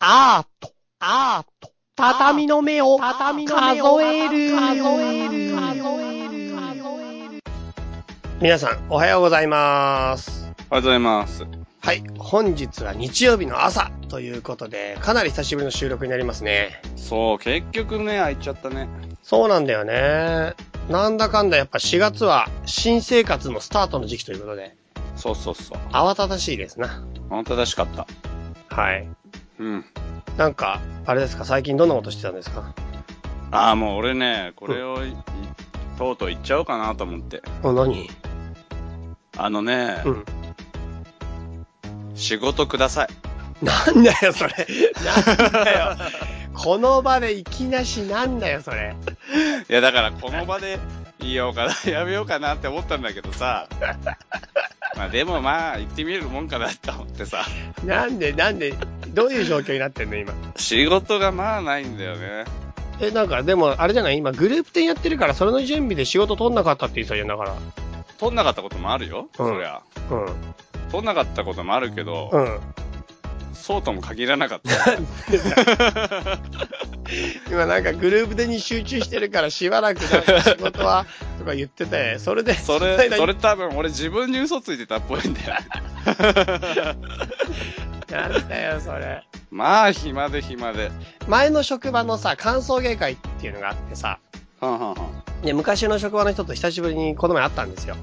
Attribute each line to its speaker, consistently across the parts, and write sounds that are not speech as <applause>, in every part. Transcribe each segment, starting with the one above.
Speaker 1: アート、アート、畳の目を、畳の目を数える、
Speaker 2: 数
Speaker 1: える、皆さん、おはようございます。
Speaker 3: おはようございます。
Speaker 1: はい、本日は日曜日の朝ということで、かなり久しぶりの収録になりますね。
Speaker 3: そう、結局ね、開いちゃったね。
Speaker 1: そうなんだよね。なんだかんだやっぱ4月は新生活のスタートの時期ということで、
Speaker 3: そうそうそう。
Speaker 1: 慌ただしいですな。
Speaker 3: あんた正しかった。
Speaker 1: はい。
Speaker 3: うん。
Speaker 1: なんか、あれですか、最近どんなことしてたんですか
Speaker 3: ああ、もう俺ね、これをい、いとうとう言っちゃおうかなと思って。
Speaker 1: お、何
Speaker 3: あのね、
Speaker 1: うん。
Speaker 3: 仕事ください。
Speaker 1: なんだよ、それ。なんだよ。この場でいきなしなんだよ、それ。
Speaker 3: <laughs> いや、だからこの場で言おうかな、やめようかなって思ったんだけ
Speaker 1: <laughs>
Speaker 3: どさ。まあでもまあ、言ってみるもんかなって思ってさ。
Speaker 1: なんで、なんで、どういう状況になってんの、今。
Speaker 3: 仕事がまあないんだよね。
Speaker 1: え、なんか、でも、あれじゃない今、グループ展やってるから、それの準備で仕事取んなかったって言ってたじゃん、だから。
Speaker 3: 取んなかったこともあるよ、
Speaker 1: うん
Speaker 3: そりゃ。
Speaker 1: うん。
Speaker 3: 取んなかったこともあるけど、
Speaker 1: うん。
Speaker 3: そうとも限らなかった。
Speaker 1: 今、なんか、グループ展に集中してるから、しばらくなんか仕事は、とか言ってて、それで、
Speaker 3: そ <laughs>
Speaker 1: の間
Speaker 3: れ、
Speaker 1: に
Speaker 3: それ多分俺自分に嘘ついてたっぽいん <laughs> だよ。
Speaker 1: なんだよ、それ。
Speaker 3: まあ、暇で暇で。
Speaker 1: 前の職場のさ、歓送迎会っていうのがあってさ、
Speaker 3: はんはんはん。
Speaker 1: で、昔の職場の人と久しぶりにこの前会ったんですよ。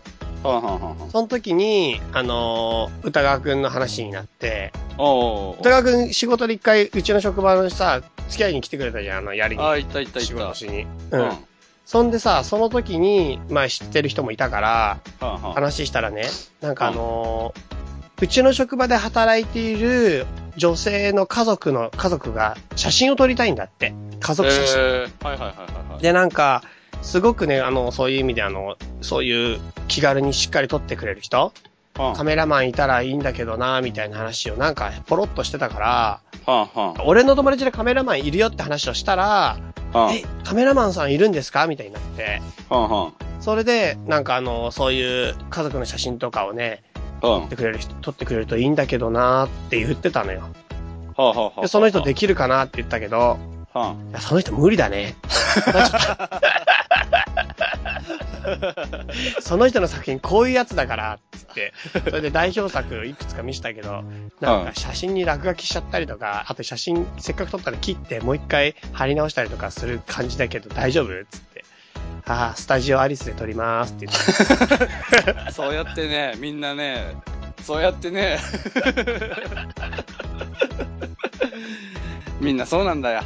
Speaker 3: はんはんはんはん。
Speaker 1: その時に、あのー歌川くんの話になって、
Speaker 3: おうおう
Speaker 1: 歌川くん仕事で一回、うちの職場のさ、付き合いに来てくれたじゃん、あの、やりに
Speaker 3: おう。。あ、いたいたい
Speaker 1: 仕
Speaker 3: た。
Speaker 1: 事しに。
Speaker 3: う。
Speaker 1: うんん
Speaker 3: は。ん
Speaker 1: そんでさ、その時に、まあ知ってる人もいたから、
Speaker 3: はん。
Speaker 1: 話したらね、なんかあのーうちの職場で働いている女性の家族の、家族が写真を撮りたいんだって。家族写真。
Speaker 3: えー、はいはいはいはいはい。
Speaker 1: で、なんか、すごくね、あの、そういう意味で、あの、そういう気軽にしっかり撮ってくれる人、
Speaker 3: はん
Speaker 1: カメラマンいたらいいんだけどな、みたいな話をなんか、ポロッとしてたから、
Speaker 3: はんは
Speaker 1: 俺の友達でカメラマンいるよって話をしたら、
Speaker 3: ん。はん
Speaker 1: え、カメラマンさんいるんですかみたいになって。
Speaker 3: はんはん。
Speaker 1: それで、なんかあの、そういう家族の写真とかをね、
Speaker 3: はん
Speaker 1: 撮ってくれる人、撮ってくれるといいんだけどなって言ってたのよ。
Speaker 3: はんはんはん。
Speaker 1: で、その人できるかなって言ったけど、
Speaker 3: はん。
Speaker 1: いや、その人無理だ
Speaker 3: <laughs>
Speaker 1: ね。その人の作品こういうやつだから、つって。それで代表作いくつか見せたけど、なんか写真に落書きしちゃったりとか、あと写真せっかく撮ったら切ってもう一回貼り直したりとかする感じだけど大丈夫つって。ああ、スタジオアリスで撮りますって言って。
Speaker 3: そうやってね、みんなね、そうやってね、 <laughs> みんなそうなんだよ。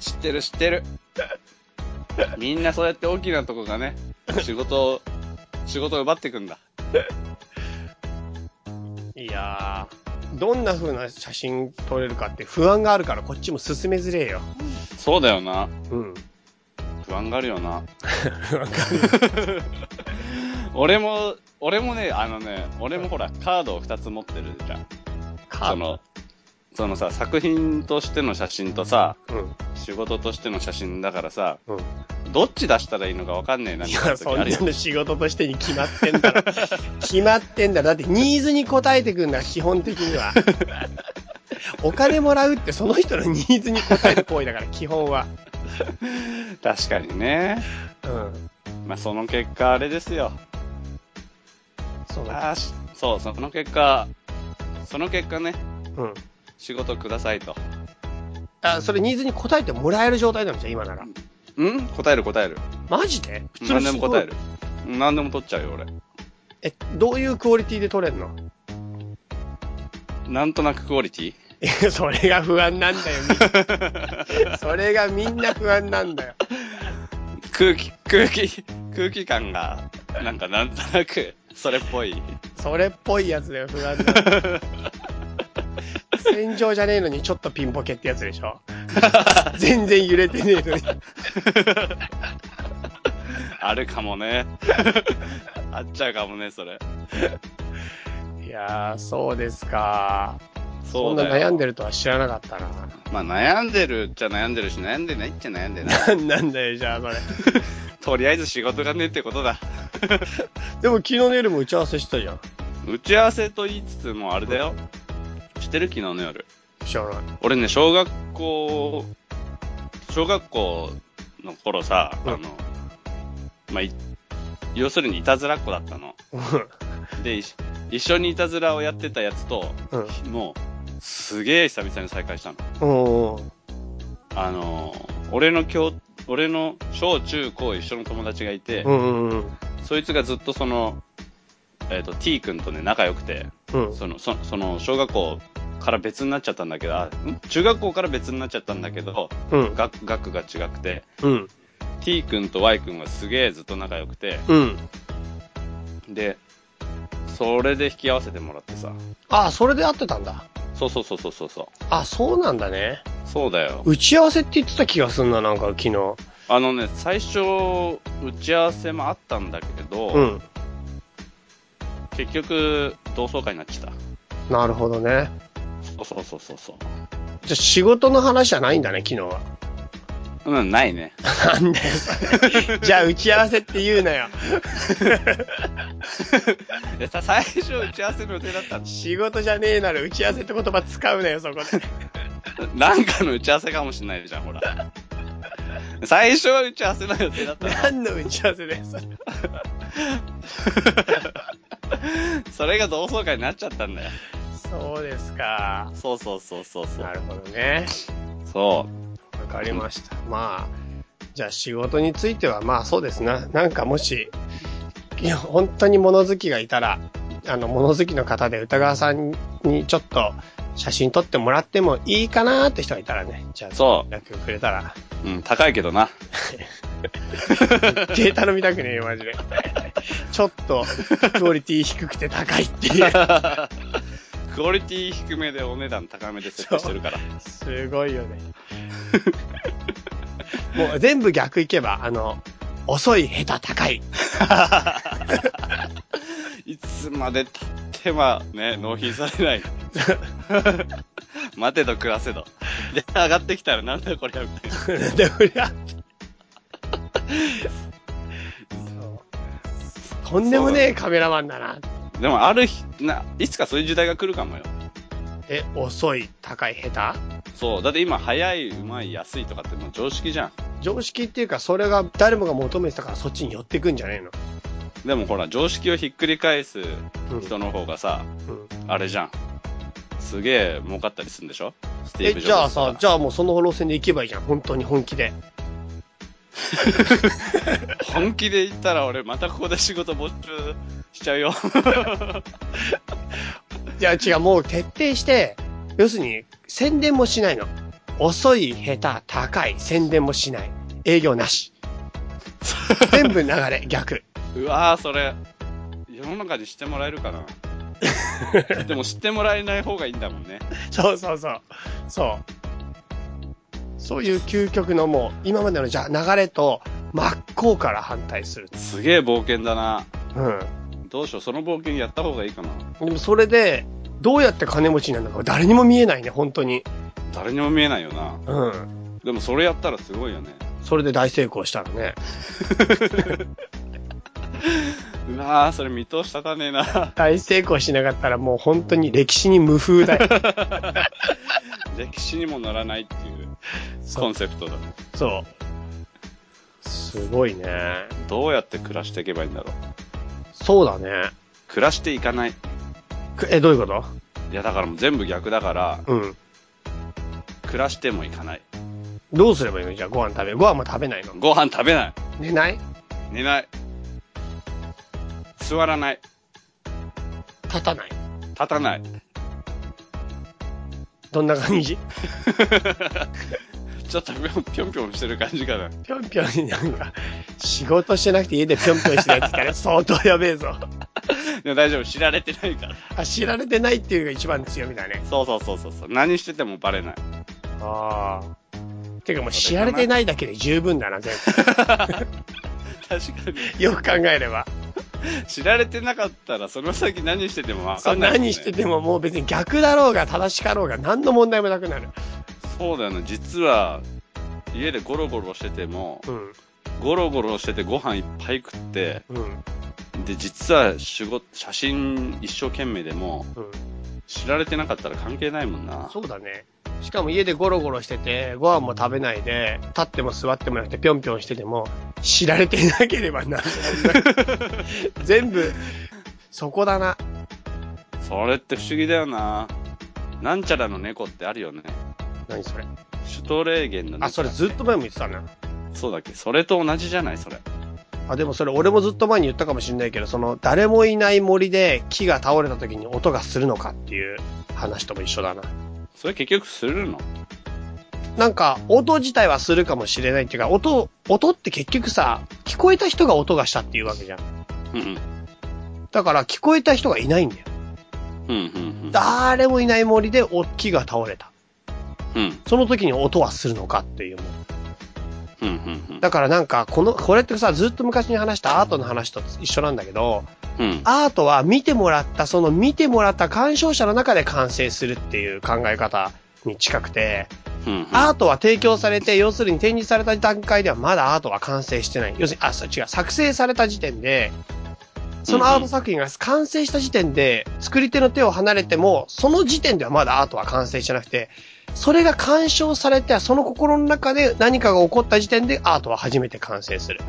Speaker 3: 知ってる知ってる。みんなそうやって大きなとこがね、仕事を、仕事を奪ってくんだ。 <laughs>
Speaker 1: いやー、どんな風な写真撮れるかって不安があるからこっちも進めづれえよ。
Speaker 3: そうだよな。
Speaker 1: うん。
Speaker 3: 不安があるよな。
Speaker 1: 不安が
Speaker 3: 俺も、俺もね、あのね、俺もほら、カードを2つ持ってるじゃん。その、そのさ、作品としての写真とさ、
Speaker 1: うん。
Speaker 3: 仕事としての写真だからさ、
Speaker 1: うん。
Speaker 3: どっち出したらいいのか分かんねえな、
Speaker 1: い
Speaker 3: みた
Speaker 1: や、
Speaker 3: いな時
Speaker 1: そん
Speaker 3: あ
Speaker 1: な
Speaker 3: るよ。
Speaker 1: の仕事としてに決まってん
Speaker 3: <laughs>
Speaker 1: だろ。決まってんだろ。だってニーズに応えてくんだ、基本的に
Speaker 3: <laughs>
Speaker 1: は。お金もらうってその人のニーズに応える行為だから、基本は。
Speaker 3: 確かにね。
Speaker 1: うん。
Speaker 3: まあ、その結果、あれですよ。
Speaker 1: そうだ。
Speaker 3: あーしそう、その結果、その結果ね、
Speaker 1: うん。
Speaker 3: 仕事くださいと。
Speaker 1: あ、それニーズに応えてもらえる状態なんじゃん、今なら。
Speaker 3: ん答える答える。
Speaker 1: マジで普
Speaker 3: 何で
Speaker 1: 仕
Speaker 3: も
Speaker 1: 事
Speaker 3: 答える。うん何でも取っちゃうよ、俺。
Speaker 1: え、どういうクオリティで撮れんの
Speaker 3: なんとなくクオリティ
Speaker 1: いやそれが不安なんだよ、み
Speaker 3: <laughs>
Speaker 1: んなそれがみんな不安なんだよ。
Speaker 3: 空気、空気、空気感が、なんかなんとなく、それっぽい。
Speaker 1: それっぽいやつだよ、不安 <laughs> な。戦場じゃねえのにちょっとピンボケってやつでし <laughs> ょ全然揺れてねえのに。
Speaker 3: あるかもね。 <laughs> あっちゃうかもね、それ。
Speaker 1: いやー、そうですか。そ
Speaker 3: そ
Speaker 1: ん
Speaker 3: う
Speaker 1: な
Speaker 3: だよ。
Speaker 1: 悩んでるとは知らなかったな。
Speaker 3: まあ、悩んでるっちゃ悩んでるし、悩んでないっちゃ悩んでな
Speaker 1: <laughs>
Speaker 3: い。
Speaker 1: なんなんだよ、じゃあそれ。
Speaker 3: とりあえず仕事がねえってことだ。 <laughs>
Speaker 1: でも昨日の夜も打ち合わせしたじゃん。
Speaker 3: 打ち合わせと言いつつもあれだよ。してる昨日の夜。
Speaker 1: 知らない。
Speaker 3: 俺ね、小学校、小学校の頃さ、
Speaker 1: うん
Speaker 3: あの、まあ、い要するにいたずらっ子だったの。で、い一緒にいたずらをやってたやつと、
Speaker 1: うん。
Speaker 3: もう、すげえ久々に再会したの。
Speaker 1: おー。
Speaker 3: あの、俺の教、俺の小中高一緒の友達がいて、
Speaker 1: <laughs> うんうんうん。
Speaker 3: そいつがずっとその、えっ、と、t 君とね、仲良くて、
Speaker 1: うん。
Speaker 3: その、そその、小学校から別になっちゃったんだけど、あん中学校から別になっちゃったんだけど、
Speaker 1: うん。
Speaker 3: 学学が違くて、
Speaker 1: うん。
Speaker 3: T 君と Y 君はすげえずっと仲良くて、
Speaker 1: うん。
Speaker 3: で、それで引き合わせてもらってさ、
Speaker 1: あ、それで会ってたんだ。
Speaker 3: そうそうそうそうそうそう、
Speaker 1: あ、そうなんだね。
Speaker 3: そうだよ。
Speaker 1: 打ち合わせって言ってた気がすんな、なんか昨日。
Speaker 3: あのね、最初、打ち合わせもあったんだけど、
Speaker 1: うん。
Speaker 3: 結局、同窓会になっちゃった。
Speaker 1: なるほどね。
Speaker 3: そうそうそうそう
Speaker 1: じゃあ仕事の話じゃないんだね、昨日は。
Speaker 3: そう。うん、ないね。
Speaker 1: なんだよ、そ <laughs> れ。じゃあ打ち合わせって言うなよ。
Speaker 3: いやさ最初打ち合わせの予定だったんです
Speaker 1: 仕事じゃねえなら打ち合わせって言葉使うなよ、そこ <laughs> で。
Speaker 3: なんかの打ち合わせかもしれないじゃん、ほら。
Speaker 1: <laughs>
Speaker 3: 最初は打ち合わせの予定だったの
Speaker 1: 何の打ち合わせだよ、それ。
Speaker 3: それが同窓会になっちゃったんだよ。
Speaker 1: そうですか。
Speaker 3: そうそうそうそうそ
Speaker 1: な
Speaker 3: う。
Speaker 1: るほどね。
Speaker 3: そ
Speaker 1: わかりました。まあ、じゃあ仕事についてはまあそうですな。なんかもし、いや、本当に物好きがいたら、あの、物好きの方で歌川さんにちょっと写真撮ってもらってもいいかなーって人がいたらね、じゃあ、
Speaker 3: そう。
Speaker 1: 連絡くれたら、
Speaker 3: うん、高いけどな。
Speaker 1: データの見たくねえよ、マジで。ちょっと、クオリティ低くて高いっていう。
Speaker 3: クオリティ低めでお値段高めで設定してるから。
Speaker 1: すごいよね。もう全部逆いけば、あの、遅い、下手、高い。
Speaker 3: いつまで経ってはね、納品されない。
Speaker 1: <laughs>
Speaker 3: 待てど暮らせど。で、上がってきたらなんだこれみたいな。
Speaker 1: で、俺は。そうとんでもねえカメラマンだな。
Speaker 3: でもある日、な、いつかそういう時代が来るかもよ。
Speaker 1: え、遅い、高い、下手
Speaker 3: そう。だって今、早い、うまい、安いとかってもう常識じゃん。
Speaker 1: 常識っていうか、それが誰もが求めてたからそっちに寄ってくんじゃねえの。
Speaker 3: でもほら、常識をひっくり返す
Speaker 1: うん
Speaker 3: 人の方がさ、
Speaker 1: うん
Speaker 3: あれじゃん。すげえ儲かったりするんでしょスティ
Speaker 1: え、
Speaker 3: ーブ・ジ
Speaker 1: じ
Speaker 3: ョ
Speaker 1: ゃ
Speaker 3: ブ
Speaker 1: あ
Speaker 3: ズとか
Speaker 1: さ、じゃあもうその路線で行けばいいじゃん。本当に本気で。
Speaker 3: 本気で言ったら俺、またここで仕事没収しちゃう
Speaker 1: <laughs>
Speaker 3: よ。
Speaker 1: いや、違う、もう徹底して、要するに、宣伝もしないの。遅い、下手、高い、宣伝もしない。営業なし。全部流れ、 <laughs> 逆。
Speaker 3: うわー、それ、世の中に知ってもらえる
Speaker 1: <laughs>
Speaker 3: かな。でも知ってもらえない方がいいんだもんね。
Speaker 1: そうそうそう。そう。そういう究極のもう、今までのじゃあ流れと真っ向から反対する。
Speaker 3: すげえ冒険だな。
Speaker 1: うん。
Speaker 3: どうしよう、その冒険やった方がいいかな。
Speaker 1: でもそれで、どうやって金持ちになるのか誰にも見えないね、本当に。
Speaker 3: 誰にも見えないよな。
Speaker 1: うん。
Speaker 3: でもそれやったらすごいよね。
Speaker 1: それで大成功したらね。
Speaker 3: うわー、それ見通したたねえな。 <laughs>
Speaker 1: 大成功しなかったらもう本当に歴史に無風だよ。
Speaker 3: 歴史にもならないっていう
Speaker 1: そ
Speaker 3: コ
Speaker 1: う
Speaker 3: ンセプトだ。
Speaker 1: そう。すごいね。
Speaker 3: どうやって暮らしていけばいいんだろう。
Speaker 1: そうだね。
Speaker 3: 暮らしていかない。
Speaker 1: くえ、どういうこと
Speaker 3: いや、だからもう全部逆だから、
Speaker 1: うん。
Speaker 3: 暮らしてもいかない。
Speaker 1: どうすればいいのじゃあご飯食べる。ご飯も食べないの。
Speaker 3: ご飯食べない。
Speaker 1: 寝ない
Speaker 3: 寝ない。座らない。
Speaker 1: 立たない。
Speaker 3: 立たない。
Speaker 1: どんな感じ
Speaker 3: ちょっとぴょんぴょんぴょんしてる感じかな。
Speaker 1: ぴょんぴょんになんか、仕事してなくて家でぴょんぴょんしてないって言っ
Speaker 3: <laughs>
Speaker 1: たら相当やべえぞ。
Speaker 3: でも大丈夫、知られてないから。
Speaker 1: あ、知られてないっていうのが一番の強みだね。
Speaker 3: そうそうそうそうそう。何しててもバレない。
Speaker 1: ああ。てかもう知られてないだけで十分だな、全
Speaker 3: 確かに。 <laughs>
Speaker 1: 部。よく考えれば。
Speaker 3: 知られてなかったら、その先何しててもわ
Speaker 1: そ
Speaker 3: か
Speaker 1: うん
Speaker 3: ない、ね。
Speaker 1: 何しててももう別に逆だろうが正しかろうが何の問題もなくなる。
Speaker 3: そうだよね。実は、家でゴロゴロしてても、
Speaker 1: うん。
Speaker 3: ゴロゴロしててご飯いっぱい食って、
Speaker 1: うん。
Speaker 3: で、実は仕事、写真一生懸命でも、
Speaker 1: うん。
Speaker 3: 知られてなかったら関係ないもんな。
Speaker 1: そうだね。しかも家でゴロゴロしてて、ご飯も食べないで、立っても座ってもなくてぴょんぴょんしてても、知られていなければならない。全部、そこだな。
Speaker 3: それって不思議だよな。なんちゃらの猫ってあるよね。
Speaker 1: 何それ。
Speaker 3: シュトレーゲンの猫。
Speaker 1: あ、それずっ。と前も言ってたな。
Speaker 3: そうだっけそれと同じじゃないそれ。
Speaker 1: あ、でもそれ俺もずっと前に言ったかもしれないけど、その、誰もいない森で木が倒れた時に音がするのかっていう話とも一緒だな。
Speaker 3: それ結局するの
Speaker 1: なんか、音自体はするかもしれないっていうか、音、音って結局さ、聞こえた人が音がしたっていうわけじゃん。
Speaker 3: うんうん。
Speaker 1: だから聞こえた人がいないんだよ。
Speaker 3: うんうんうん。
Speaker 1: 誰もいない森でお木が倒れた。
Speaker 3: うん。
Speaker 1: その時に音はするのかっていうもの
Speaker 3: うんうん
Speaker 1: だからなんか、この、これってさ、ずっと昔に話したアートの話と一緒なんだけど、
Speaker 3: うん。うん。
Speaker 1: アートは見てもらった、その見てもらった鑑賞者の中で完成するっていう考え方に近くて、
Speaker 3: うんうん。
Speaker 1: アートは提供されて、要するに展示された段階ではまだアートは完成してない。要するに、あ、そう違う、作成された時点で、そのアート作品が完成した時点で、作り手の手を離れても、その時点ではまだアートは完成してなくて、それが鑑賞されて、その心の中で何かが起こった時点でアートは初めて完成する。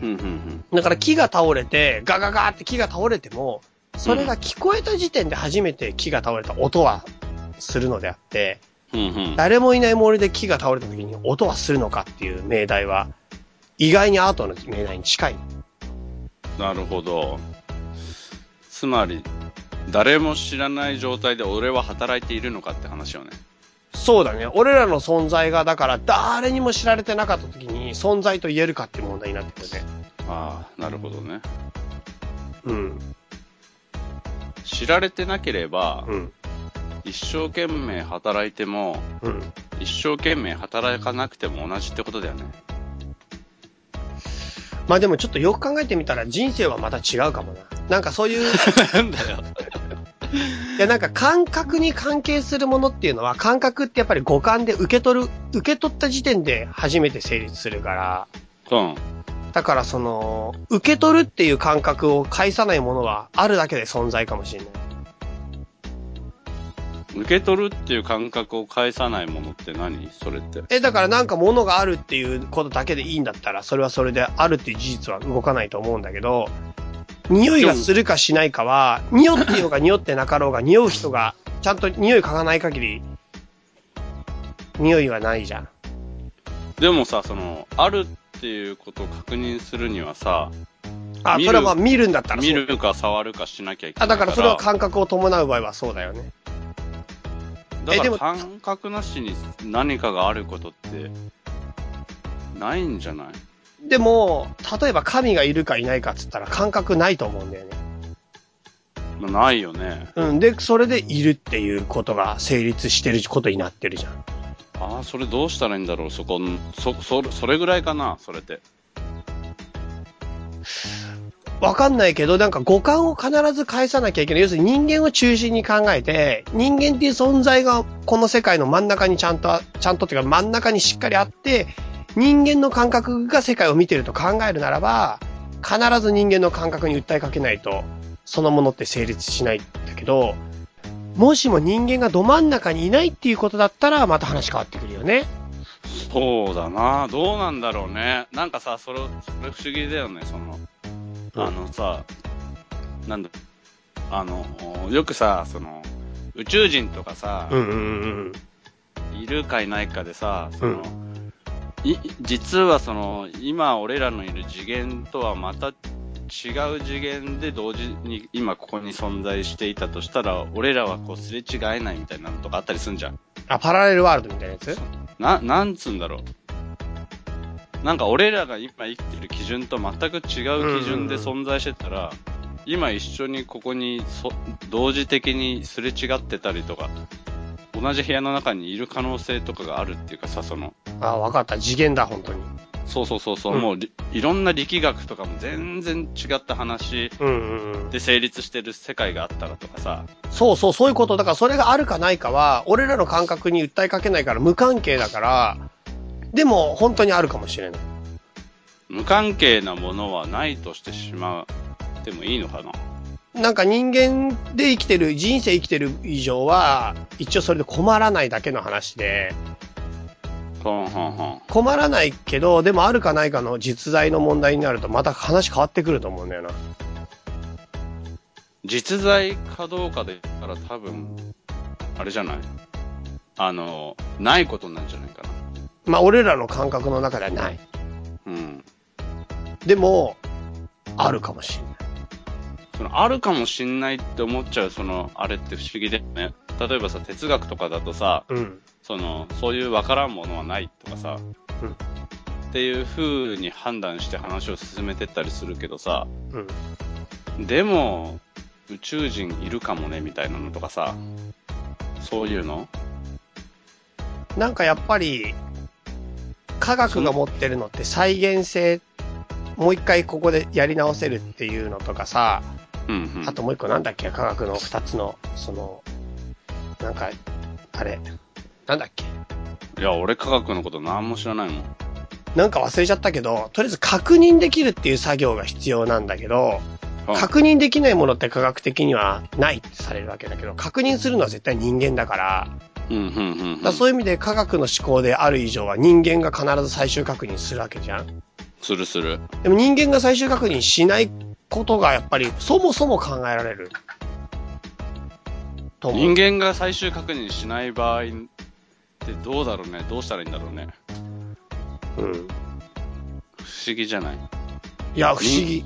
Speaker 3: うんうんうん。
Speaker 1: だから木が倒れて、ガガガーって木が倒れても、それが聞こえた時点で初めて木が倒れた音はするのであって、
Speaker 3: うんうん。
Speaker 1: 誰もいない森で木が倒れた時に音はするのかっていう命題は、意外にアートの命題に近い。
Speaker 3: なるほど。つまり、誰も知らない状態で俺は働いているのかって話よね。
Speaker 1: そうだね。俺らの存在が、だから誰にも知られてなかった時に存在と言えるかっていう問題になってくるね。
Speaker 3: ああ、なるほどね。
Speaker 1: うん。
Speaker 3: 知られてなければ、
Speaker 1: うん。
Speaker 3: 一生懸命働いても、
Speaker 1: うん。
Speaker 3: 一生懸命働かなくても同じってことだよね。
Speaker 1: まあでもちょっとよく考えてみたら人生はまた違うかもな。なんかそういう、
Speaker 3: なんだよ。
Speaker 1: いやなんか感覚に関係するものっていうのは感覚ってやっぱり五感で受け取る、受け取った時点で初めて成立するから、
Speaker 3: うん。
Speaker 1: だからその、受け取るっていう感覚を介さないものはあるだけで存在かもしれない。
Speaker 3: 受け取るっていう感覚を返さないものって何それって。
Speaker 1: え、だからなんか物があるっていうことだけでいいんだったら、それはそれであるっていう事実は動かないと思うんだけど、匂いがするかしないかは、匂ってようが匂ってなかろうが、匂う人が、ちゃんと匂い嗅がない限り、匂いはないじゃん。
Speaker 3: でもさ、その、あるっていうことを確認するにはさ、
Speaker 1: あ、
Speaker 3: 見る
Speaker 1: それはまあ見るんだったらそう
Speaker 3: 見るか触るかしなきゃいけな
Speaker 1: あ、
Speaker 3: いか
Speaker 1: だ
Speaker 3: ら。
Speaker 1: からそれは感覚を伴う場合はそうだよね。
Speaker 3: だ
Speaker 1: え
Speaker 3: か
Speaker 1: で
Speaker 3: ら
Speaker 1: も
Speaker 3: 感覚なしに何かがあることって、ないんじゃない
Speaker 1: でも、例えば神がいるかいないかっつったら感覚ないと思うんだよね。
Speaker 3: まあないよね。
Speaker 1: うん。で、それでいるっていうことが成立してることになってるじゃん。
Speaker 3: ああ、それどうしたらいいんだろう、そこ、そ、そ、それぐらいかな、それって。
Speaker 1: わかんないけど、なんか五感を必ず返さなきゃいけない。要するに人間を中心に考えて、人間っていう存在がこの世界の真ん中にちゃんとあ、ちゃんとっていうか真ん中にしっかりあって、人間の感覚が世界を見てると考えるならば、必ず人間の感覚に訴えかけないと、そのものって成立しないんだけど、もしも人間がど真ん中にいないっていうことだったら、また話変わってくるよね。
Speaker 3: そうだな、どうなんだろうね。なんかさ、それ、それ不思議だよね、その、
Speaker 1: うん
Speaker 3: あのさ、なんだ、あの、よくさ、その、宇宙人とかさ、
Speaker 1: うんうんうん
Speaker 3: いるかいないかでさ、その、
Speaker 1: うん
Speaker 3: い実はその、今俺らのいる次元とはまた違う次元で同時に今ここに存在していたとしたら、俺らはこうすれ違えないみたいなのとかあったりすんじゃん。
Speaker 1: あ、パラレルワールドみたいなやつ
Speaker 3: な、なんつうんだろう。なんか俺らが今生きてる基準と全く違う基準で存在してたら、今一緒にここにそ同時的にすれ違ってたりとか、同じ部屋の中にいる可能性とかがあるっていうかさ、その、
Speaker 1: あ、わかった。次元だ、本当に。
Speaker 3: そうそうそうそう、
Speaker 1: うん
Speaker 3: もうりいろんな力学とかも全然違った話
Speaker 1: うんうんうん。
Speaker 3: で成立してる世界があったらとかさ、
Speaker 1: そうそう、そういうこと。だからそれがあるかないかは、俺らの感覚に訴えかけないから無関係だから、でも本当にあるかもしれない。
Speaker 3: 無関係なものはないとしてしまってもいいのかな
Speaker 1: なんか人間で生きてる、人生生きてる以上は、一応それで困らないだけの話で、
Speaker 3: ほんほんほん。
Speaker 1: 困らないけど、でもあるかないかの実在の問題になると、また話変わってくると思うんだよな。
Speaker 3: 実在かどうかで言ったら多分、あれじゃないあの、ないことになるんじゃないか
Speaker 1: まあ、俺らの感覚の中ではない。
Speaker 3: な。うん。
Speaker 1: でも、あるかもしれない。
Speaker 3: その、あるかもしんないって思っちゃう、その、あれって不思議だよね。例えばさ、哲学とかだとさ、
Speaker 1: うん。
Speaker 3: その、そういうわからんものはないとかさ、
Speaker 1: うん
Speaker 3: っていう風に判断して話を進めてったりするけどさ、
Speaker 1: うん。
Speaker 3: でも、宇宙人いるかもね、みたいなのとかさ、そういうの
Speaker 1: なんかやっぱり、科学が持ってるのって再現性、もう一回ここでやり直せるっていうのとかさ、
Speaker 3: うん、うん。
Speaker 1: あともう一個なんだっけ科学の二つの、その、なんか、あれ、なんだっけ
Speaker 3: いや、俺科学のこと何も知らないもん。
Speaker 1: なんか忘れちゃったけど、とりあえず確認できるっていう作業が必要なんだけど、確認できないものって科学的にはないってされるわけだけど、確認するのは絶対人間だから、
Speaker 3: うん、うん、うん
Speaker 1: だ
Speaker 3: う
Speaker 1: から
Speaker 3: ん。
Speaker 1: そういう意味で科学の思考である以上は人間が必ず最終確認するわけじゃん
Speaker 3: するする。
Speaker 1: でも人間が最終確認しないことがやっぱりそもそも考えられる。と思
Speaker 3: 人
Speaker 1: う。
Speaker 3: 間が最終確認しない場合ってどうだろうねどうしたらいいんだろうね
Speaker 1: うん。
Speaker 3: 不思議じゃない
Speaker 1: いや、不思議。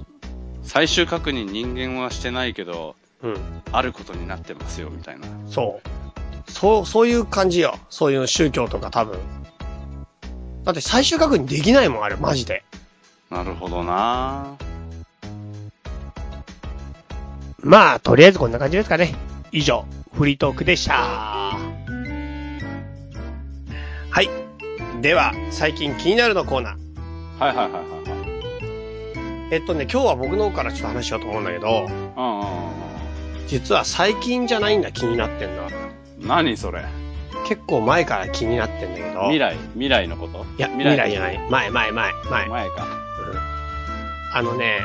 Speaker 3: 最終確認人間はしてないけど
Speaker 1: うん。
Speaker 3: あることになってますよみたいな
Speaker 1: そう。そう、そういう感じよ。そういう宗教とか多分。だって最終確認できないもん、あれ、マジで。
Speaker 3: なるほどな
Speaker 1: まあ、とりあえずこんな感じですかね。以上、フリートークでした。はい。では、最近気になるのコーナー。
Speaker 3: はいはいはいはいはい
Speaker 1: えっとね、今日は僕の方からちょっと話しようと思うんだけど、
Speaker 3: うん
Speaker 1: 実は最近じゃないんだ気になってんのは
Speaker 3: うんうん何それ
Speaker 1: 結構前から気になってんだけど
Speaker 3: 未来未来のこと
Speaker 1: いや未来じゃない前前前前、
Speaker 3: 前か
Speaker 1: うんあのね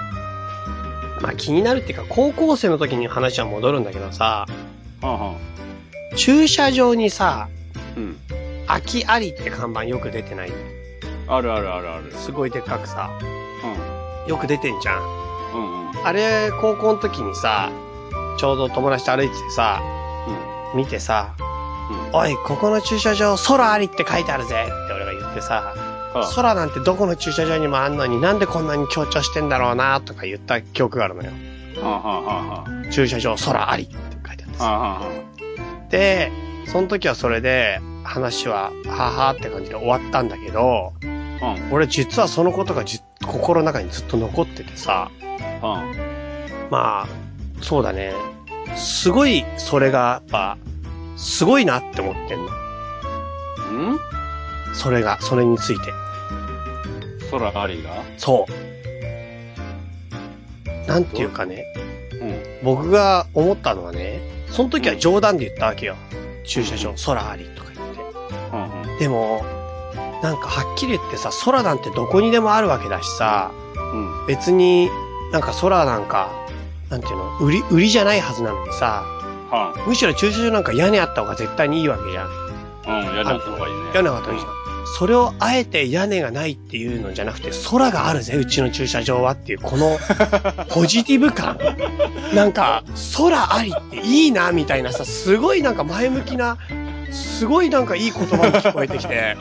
Speaker 1: まあ気になるっていうか高校生の時に話は戻るんだけどさ
Speaker 3: うん
Speaker 1: 駐車場にさ
Speaker 3: うんうん
Speaker 1: 「空きあり」って看板よく出てない
Speaker 3: あるあるあるある
Speaker 1: すごいでっかくさ
Speaker 3: う
Speaker 1: よく出てんじゃん
Speaker 3: んうんうん
Speaker 1: あれ高校の時にさちょうど友達と歩いててさ見てさ
Speaker 3: う
Speaker 1: 「
Speaker 3: ん
Speaker 1: おいここの駐車場空あり」って書いてあるぜって俺が言ってさ
Speaker 3: あ
Speaker 1: 空なんてどこの駐車場にもあんのになんでこんなに強調してんだろうなとか言った記憶があるのよ。
Speaker 3: はあはあはあは
Speaker 1: 駐車場空ありって書いてあった
Speaker 3: あはあはあは
Speaker 1: んです。で、その時はそれで話はははって感じで終わったんだけど、
Speaker 3: あうん
Speaker 1: 俺実はそのことがじ心の中にずっと残っててさ、
Speaker 3: うん
Speaker 1: まあ、そうだね。すごいそれがやっぱ、すごいなって思ってんの。
Speaker 3: うん
Speaker 1: それが、それについて。
Speaker 3: 空ありが
Speaker 1: そう。なんていうかね。
Speaker 3: うん
Speaker 1: 僕が思ったのはね、その時は冗談で言ったわけよ。駐車場、
Speaker 3: うん
Speaker 1: 空ありとか言っ
Speaker 3: うんう
Speaker 1: て。
Speaker 3: ん
Speaker 1: でも、なんかはっきり言ってさ、空なんてどこにでもあるわけだしさ、
Speaker 3: うん。
Speaker 1: 別になんか空なんか、なんていうの、売り、売りじゃないはずなのにさ、
Speaker 3: は
Speaker 1: むしろ駐車場なんか屋根あった方が絶対にいいわけじゃん。
Speaker 3: ん。うん、やりなった方がいいね。
Speaker 1: 屋根があった方がいいじゃん。それをあえて屋根がないっていうのじゃなくて、空があるぜ、うちの駐車場はっていう、このポジティブ感。なんか、空ありっていいな、みたいなさ、すごいなんか前向きな、すごいなんかいい言葉に聞こえてきて、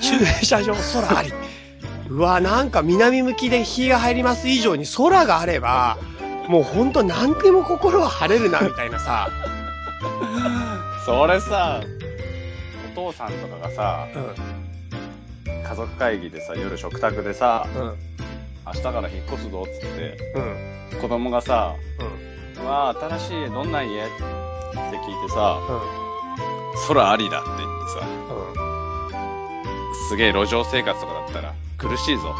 Speaker 1: 駐車場空あり。うわ、なんか南向きで日が入ります以上に空があれば、もうほんと何でも心は晴れるな、みたいなさ。
Speaker 3: それさ、お父さんとかがさ、
Speaker 1: う
Speaker 3: 家族会議でさ、夜食卓でさ、
Speaker 1: ん、うん、
Speaker 3: 明日から引っ越すぞっつって、
Speaker 1: うん、
Speaker 3: 子供がさ、
Speaker 1: うん。
Speaker 3: うわぁ、新しい家どんな家って聞いてさ、
Speaker 1: うん
Speaker 3: 空ありだって言ってさ、すげえ路上生活とかだったら苦しい <laughs> ぞ。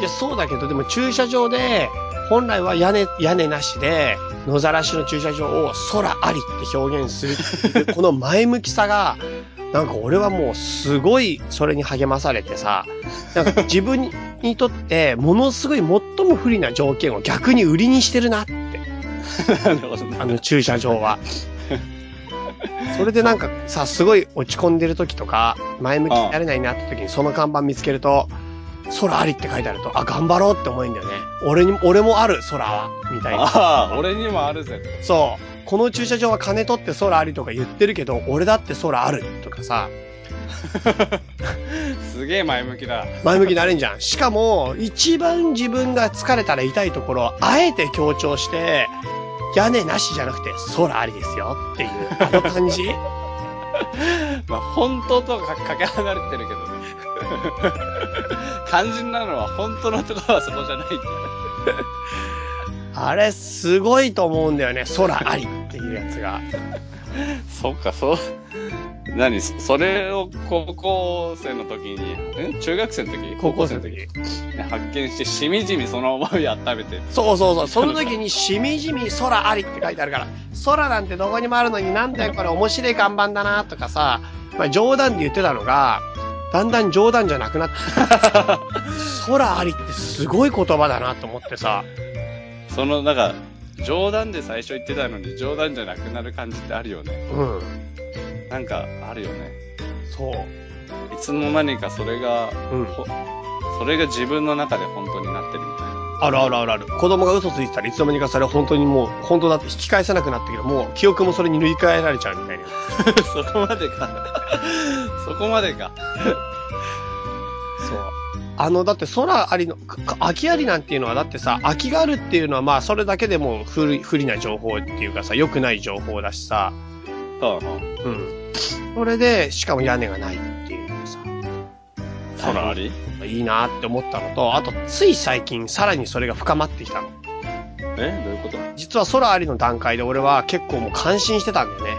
Speaker 1: いや、そうだけど、でも駐車場で、本来は屋根、屋根なしで、野ざらしの駐車場を空ありって表現するっていうこの前向きさが、なんか俺はもうすごいそれに励まされてさ、なんか自分にとってものすごい最も不利な条件を逆に売りにしてるなって。
Speaker 3: なるほどね
Speaker 1: あの駐車場は。それでなんかさ、すごい落ち込んでる時とか、前向きになれないなって時にその看板見つけると、空ありって書いてあると、あ、頑張ろうって思うんだよね。俺に、俺もある、空は。みたいな。
Speaker 3: ああ、俺にもあるぜ。
Speaker 1: そう。この駐車場は金取って空ありとか言ってるけど、俺だって空あるとかさ、
Speaker 3: すげえ前向きだ。
Speaker 1: 前向きになれんじゃん。しかも、一番自分が疲れたら痛いところを、あえて強調して、屋根なしじゃなくて、空ありですよっていう、あの感じ
Speaker 3: <laughs> まあ、本当とはかかけ離れてるけどね。 <laughs> 肝心なのは本当のところはそこじゃないんだ
Speaker 1: あれ、すごいと思うんだよね。空ありっていうやつが。
Speaker 3: そっか、そう。何そそれを高校生の時に、ん中学生の時
Speaker 1: 高校生の時。
Speaker 3: に発見して、しみじみその思いを温めて。
Speaker 1: そうそうそう。その時に、しみじみ空ありって書いてあるから、空なんてどこにもあるのになんだよこれ面白い看板だなとかさ、まあ冗談で言ってたのが、だんだん冗談じゃなくなってきた、空ありってすごい言葉だなと思ってさ、
Speaker 3: その、なんか、冗談で最初言ってたのに、冗談じゃなくなる感じってあるよね。
Speaker 1: うん。
Speaker 3: なんか、あるよね。
Speaker 1: そう。
Speaker 3: いつの間にかそれが、
Speaker 1: うん。
Speaker 3: ほそれが自分の中で本当になってるみたいな。
Speaker 1: あるあるあるある。子供が嘘ついてたらいつの間にかそれ本当にもう、本当だって引き返せなくなってけど、もう記憶もそれに塗り替えられちゃうみたいな。
Speaker 3: <laughs> そこまでか。 <laughs> そこまでか。
Speaker 1: そう。あの、だって空ありの、かか空きありなんていうのは、だってさ、空きがあるっていうのは、まあ、それだけでも不利不利な情報っていうかさ、良くない情報だしさ、
Speaker 3: そうなの
Speaker 1: うん。それで、しかも屋根がないっていうさ、
Speaker 3: 空あり
Speaker 1: いいなって思ったのと、あと、つい最近、さらにそれが深まってきたの。
Speaker 3: えどういうこと
Speaker 1: 実は空ありの段階で俺は結構もう感心してたんだよね。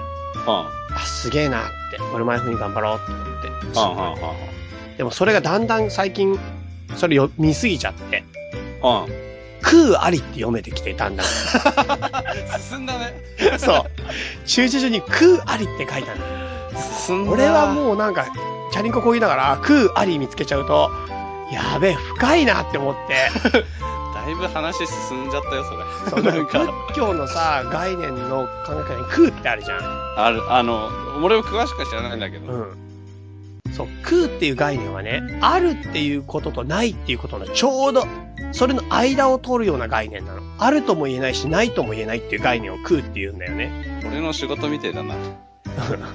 Speaker 3: は
Speaker 1: あ、すげえなって、俺もああいう風に頑張ろうって思って。
Speaker 3: あ、はあ、はあ、は
Speaker 1: でもそれがだんだん最近、それよ見すぎちゃって、
Speaker 3: あ。はあ。
Speaker 1: 空ありって読めてきて、だんだん。
Speaker 3: <laughs> 進んだね。
Speaker 1: そう。駐車場に空ありって書いてある。
Speaker 3: 進んだ。
Speaker 1: 俺は
Speaker 3: う。
Speaker 1: もうなんか、チャリンコこぎながら空あり見つけちゃうと、やべえ、深いなって思って、
Speaker 3: だいぶ話進んじゃったよ、そ
Speaker 1: <laughs> そ
Speaker 3: れ。
Speaker 1: うな
Speaker 3: なんん
Speaker 1: か
Speaker 3: か、
Speaker 1: 仏教のさ、概念の考え方に空ってあるじゃん。
Speaker 3: ある、あの、俺も詳しくは知らないんだけど、
Speaker 1: うん。そう、空っていう概念はね、あるっていうこととないっていうことのちょうど、それの間を通るような概念なの。あるとも言えないし、ないとも言えないっていう概念を空って言うんだよね。
Speaker 3: 俺の仕事みてえだな。、
Speaker 1: そう <laughs>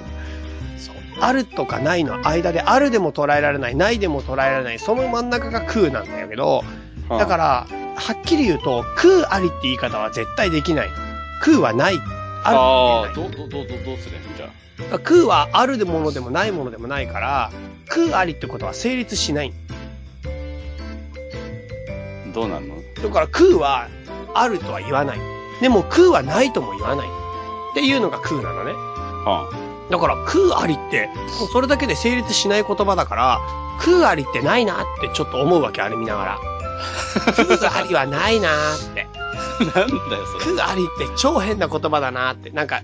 Speaker 1: あるとかないの間であるでも捉えられないないでも捉えられないその真ん中が空なんだけどだかららはっきり言うと空ありって言い方は絶対できない空はないあ
Speaker 3: あ
Speaker 1: る
Speaker 3: あ、
Speaker 1: って
Speaker 3: どう、どう、どう、どうどうすればいいんじゃあ。
Speaker 1: 言えない空はあるものでもないものでもないから空ありってことは成立しない
Speaker 3: どうなんの
Speaker 1: だから空はあるとは言わないでも空はないとも言わないっていうのが空なのね
Speaker 3: は
Speaker 1: だから空ありってもうそれだけで成立しない言葉だから空ありってないなってちょっと思うわけあれ見なが <laughs> ら空ありはないなって
Speaker 3: あ。なんだよ、それ。
Speaker 1: 空ありって超変な言葉だなってなんか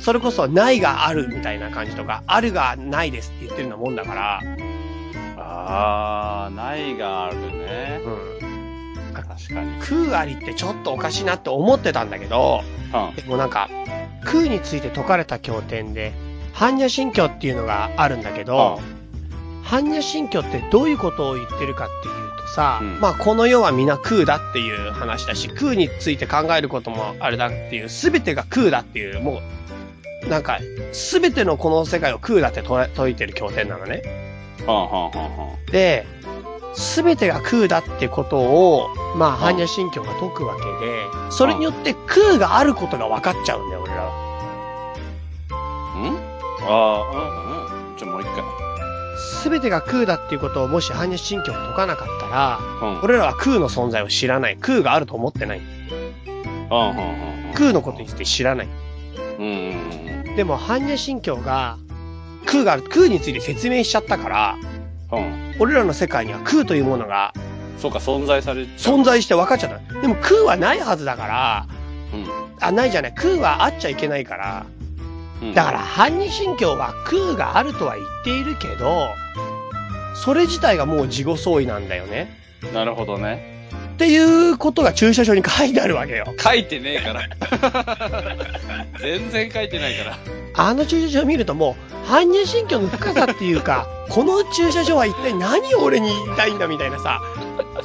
Speaker 1: それこそないがあるみたいな感じとかあるがないですって言ってるようなもんだから、
Speaker 3: ああ、ないがあるね。
Speaker 1: うん、
Speaker 3: 確かに。
Speaker 1: 空ありってちょっとおかしいなって思ってたんだけど
Speaker 3: は
Speaker 1: でもなんか空について説かれた経典で般若心経っていうのがあるんだけど、
Speaker 3: あ。
Speaker 1: 般若心経ってどういうことを言ってるかっていうとさ、
Speaker 3: うん
Speaker 1: まあこの世は皆空だっていう話だし、空について考えることもあれだっていう、すべてが空だっていう、もう、なんか、すべてのこの世界を空だってと説いてる経典なのね。
Speaker 3: はあ、はあ、はあ、は
Speaker 1: で、すべてが空だってことを、まあ
Speaker 3: うん
Speaker 1: 般若心経が解くわけで、それによって空があることが分かっちゃうんだよ、俺らは。
Speaker 3: あ。んああ、うん、うん。じゃあもう一回。
Speaker 1: すべてが空だっていうことをもし般若心経を解かなかったら、
Speaker 3: うん。
Speaker 1: 俺らは空の存在を知らない。空があると思ってない。
Speaker 3: うんうんうんうん
Speaker 1: 空のことについて知らない。
Speaker 3: うんうんうん
Speaker 1: でも、般若心経が、空がある、空について説明しちゃったから、
Speaker 3: うん。うん。
Speaker 1: 俺らの世界には空というものが
Speaker 3: そうか、存在されちゃう。
Speaker 1: 存在して分かっちゃった。でも空はないはずだから、あ、ないじゃない、空はあっちゃいけないから、
Speaker 3: うん。うん
Speaker 1: だから、、般若心経は空があるとは言っているけど、それ自体がもう自己相違なんだよね。
Speaker 3: なるほどね。
Speaker 1: っていうことが駐車場に書いてあるわけよ。
Speaker 3: 書いてねえから。 <laughs> 全然書いてないから。
Speaker 1: あの駐車場を見るともう、搬入心境の深さっていう <laughs> か、この駐車場は一体何を俺に言いたいんだみたいなさ、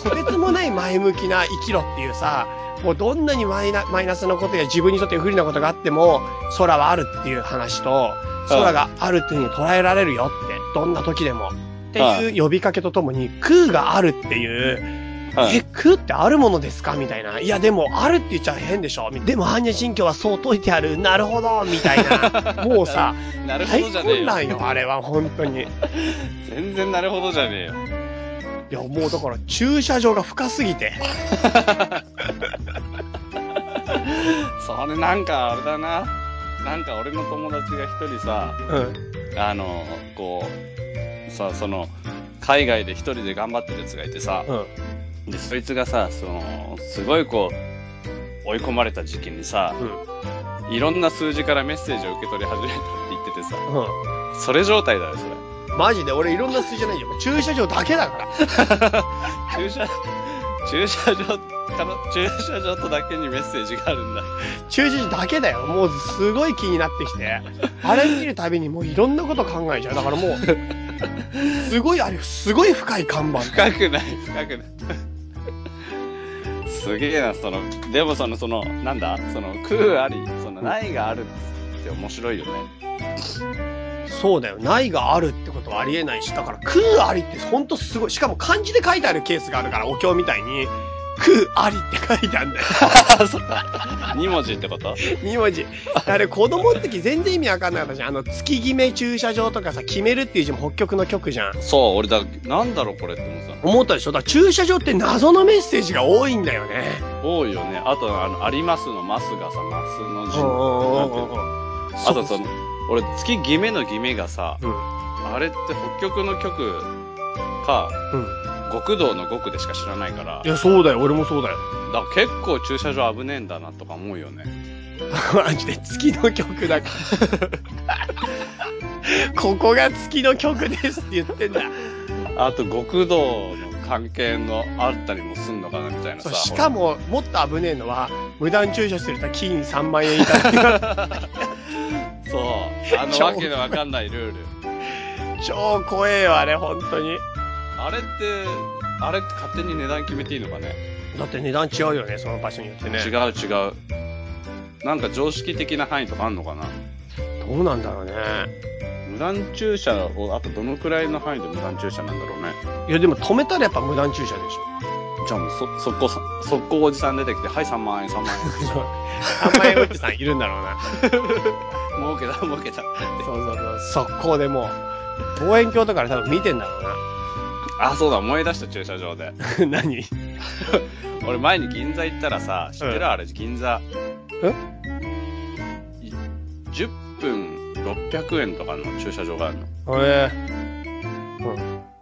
Speaker 1: とてつもない前向きな生きろっていうさ、もうどんなにマイナマイナスのことや自分にとって不利なことがあっても、空はあるっていう話と、空があるっていうふうに捉えられるよって、どんな時でも。っていう呼びかけとともに、空があるっていう、え、空ってあるものですかみたいな。いや、でも、あるって言っちゃ変でしょみでも、般若心経はそう解いてある。なるほどみたい
Speaker 3: <laughs>
Speaker 1: な。もうさ、
Speaker 3: なるほ
Speaker 1: 大
Speaker 3: どじゃねえ
Speaker 1: 混
Speaker 3: よ。
Speaker 1: 乱よ、あれは、本当に。い
Speaker 3: 全然なるほどじゃねえ
Speaker 1: や、
Speaker 3: よ。
Speaker 1: もうだから、駐車場が深すぎて。
Speaker 3: それなんかあれだな。なんか俺の友達が一人さ、
Speaker 1: うん。
Speaker 3: あの、こう、さ、その、海外で一人で頑張ってるやつがいてさ、
Speaker 1: うん。
Speaker 3: で、そいつがさ、その、すごいこう、追い込まれた時期にさ、
Speaker 1: うん。
Speaker 3: いろんな数字からメッセージを受け取り始めたって言っててさ、
Speaker 1: う
Speaker 3: それ状態だよ、それ。
Speaker 1: ん。マジで、俺、いろんな数字じゃないよ。駐車場だけだから。
Speaker 3: 駐車、 <laughs> 駐車場から、駐車場とだけにメッセージがあるんだ。
Speaker 1: 駐車場だけだよ。もう、すごい気になってきて。あれ見るたびに、もういろんなこと考えちゃう。だからもう、すごい、あれ、すごい深い看板。
Speaker 3: 深くない、 <laughs> 深くない。すげえな、その、でもその、その、なんだ、その、空あり、その、ないがあるって面白 <laughs> いよね。
Speaker 1: そうだよ。ないがあるってことはありえないし、だから空ありってほんとすごい。しかも漢字で書いてあるケースがあるから、お経みたいに、空ありって書いてあ
Speaker 3: <laughs>
Speaker 1: るんだよ。
Speaker 3: そっか。2文字ってこと
Speaker 1: 2文字。あれ、子供の時全然意味わかんなかったじゃん。あの、月決め駐車場とかさ、決めるっていう字も北極の曲じゃん。
Speaker 3: そう、俺だ、なんだろうこれって思ってたの
Speaker 1: 思ったでしょだから駐車場って謎のメッセージが多いんだよね。
Speaker 3: 多いよね。あと、あの、ありますのますがさ、ますの字。なんていうのあ
Speaker 1: あ
Speaker 3: とその、俺、月決めの決めがさ、
Speaker 1: うん。
Speaker 3: あれって北極の極か、
Speaker 1: うん。
Speaker 3: 極道の極でしか知らないから、
Speaker 1: い
Speaker 3: だか
Speaker 1: や、そうだよ。俺もそうだよ。
Speaker 3: ら結構駐車場危ねえんだなとか思うよね。
Speaker 1: マジで月の曲
Speaker 3: <laughs>
Speaker 1: だから。ここが月の曲ですって言ってんだ。
Speaker 3: あと、極道の関係のあったりもすんのかなみたいな
Speaker 1: そ
Speaker 3: さ。
Speaker 1: うしかも、もっと危ねえのは、無断駐車すると金3万円以
Speaker 3: <laughs>
Speaker 1: 下っていう
Speaker 3: ほらそう、あのわけのわかんないルール。
Speaker 1: 超怖えよ、あれ、本当に。
Speaker 3: あれって、あれって勝手に値段決めていいのかね
Speaker 1: だって値段違うよね、その場所によってね。
Speaker 3: 違う違う。なんか常識的な範囲とかあんのかな
Speaker 1: どうなんだろうね。
Speaker 3: 無断駐車を、あとどのくらいの範囲で無断駐車なんだろうね。
Speaker 1: いや、でも止めたらやっぱ無断駐車でしょ。
Speaker 3: じゃあもうそ、速攻さ、速攻おじさん出てきて、はい、3万円、3万
Speaker 1: 3万円おじさんいるんだ
Speaker 3: <laughs>
Speaker 1: ろうな。
Speaker 3: 円。儲けた、儲け
Speaker 1: そ
Speaker 3: た。
Speaker 1: うそうそう。速攻でもう、望遠鏡とかで多分見てんだろう
Speaker 3: あ、そうだ、思い出した駐車場で。
Speaker 1: な。
Speaker 3: <laughs>
Speaker 1: 何
Speaker 3: 俺前に銀座行ったらさ、知ってる、
Speaker 1: うん
Speaker 3: あれ、銀座。い ?10 分600円とかの駐車場があるの。
Speaker 1: え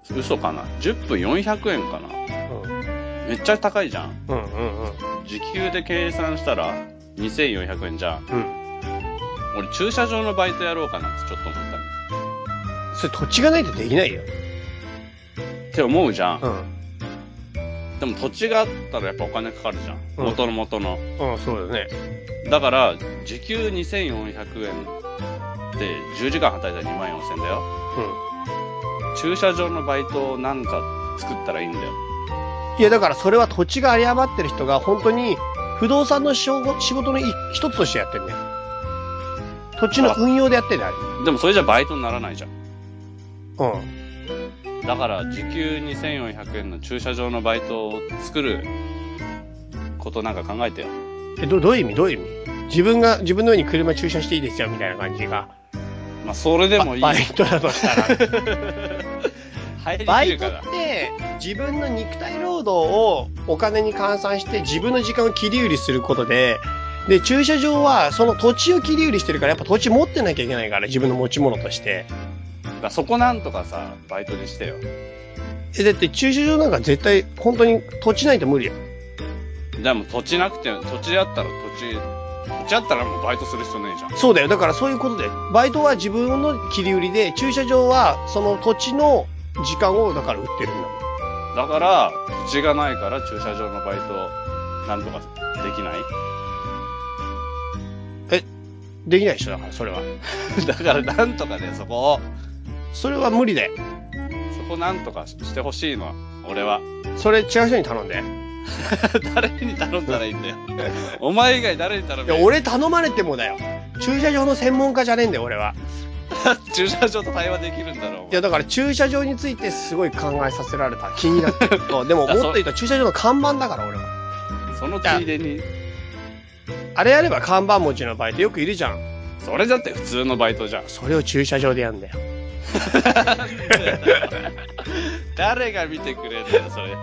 Speaker 3: 嘘かな ?10 分400円かな
Speaker 1: えうん。
Speaker 3: めっちゃ高いじゃん。
Speaker 1: うんうんうん。
Speaker 3: 時給で計算したら2400円じゃん。
Speaker 1: うん。
Speaker 3: 俺駐車場のバイトやろうかなってちょっと思ったの。
Speaker 1: それ土地がないとできないよ。
Speaker 3: って思うじゃん。
Speaker 1: ん。
Speaker 3: でも土地があったらやっぱお金かかるじゃん。
Speaker 1: うん
Speaker 3: 元の元の。
Speaker 1: うん、そうだよね。
Speaker 3: だから、時給2400円で10時間働いたら2万4000円だよ。
Speaker 1: うん。
Speaker 3: 駐車場のバイトをなんか作ったらいいんだよ。
Speaker 1: いや、だからそれは土地が有り余ってる人が本当に不動産の仕事仕事の一一つとしてやってるね。土地の運用でやってるね、あ
Speaker 3: でもそれじゃバイトにならないじゃん。
Speaker 1: れ。うん。
Speaker 3: だから、時給2400円の駐車場のバイトを作ることなんか考えてよ。
Speaker 1: え、ど、どういう意味どういう意味自分が、自分の上に車駐車していいですよ、みたいな感じが。
Speaker 3: まあ、それでもいい。
Speaker 1: ババイトだとしたら。
Speaker 3: 入り
Speaker 1: バ
Speaker 3: き
Speaker 1: イ
Speaker 3: る
Speaker 1: ト
Speaker 3: か
Speaker 1: っ
Speaker 3: ら。
Speaker 1: て、自分の肉体労働をお金に換算して、自分の時間を切り売りすることで、で、駐車場は、その土地を切り売りしてるから、やっぱ土地持ってなきゃいけないから、自分の持ち物として。
Speaker 3: だからそこなんとかさ、バイトにしてよ。
Speaker 1: え、だって駐車場なんか絶対、本当に土地ないと無理よ。
Speaker 3: でも土地なくて、土地あったら土地、土地あったらもうバイトする必要ねえじゃん。
Speaker 1: そうだよ。だからそういうことで、バイトは自分の切り売りで、駐車場はその土地の時間をだから売ってるんだもん。
Speaker 3: だから、土地がないから駐車場のバイト、なんとかできない
Speaker 1: できないでしょ、だから、それは。
Speaker 3: <laughs> だからなんとかね、そこを、
Speaker 1: それは無理で。
Speaker 3: そこなんとかしてほしいの、俺は。
Speaker 1: それ違う人に頼んで。
Speaker 3: <laughs> 誰に頼んだらいいんだよ。お前以外誰に
Speaker 1: い
Speaker 3: 頼む
Speaker 1: や、俺頼まれてもだよ。駐車場の専門家じゃねえんだよ、俺は。
Speaker 3: 駐車場と対話できるんだろ、お前
Speaker 1: いや、だから駐車場についてすごい考えさせられた。気にな
Speaker 3: <laughs>
Speaker 1: って。そうでも、
Speaker 3: だ
Speaker 1: も
Speaker 3: そう
Speaker 1: っと言うと駐車場の看板だから、俺は。
Speaker 3: そのついでに、
Speaker 1: あれやれば看板持ちのバイトよくいるじゃん。
Speaker 3: それだって普通のバイトじゃん。
Speaker 1: それを駐車場でやんだよ。
Speaker 3: <laughs> 誰が見てくれんだよ、それ。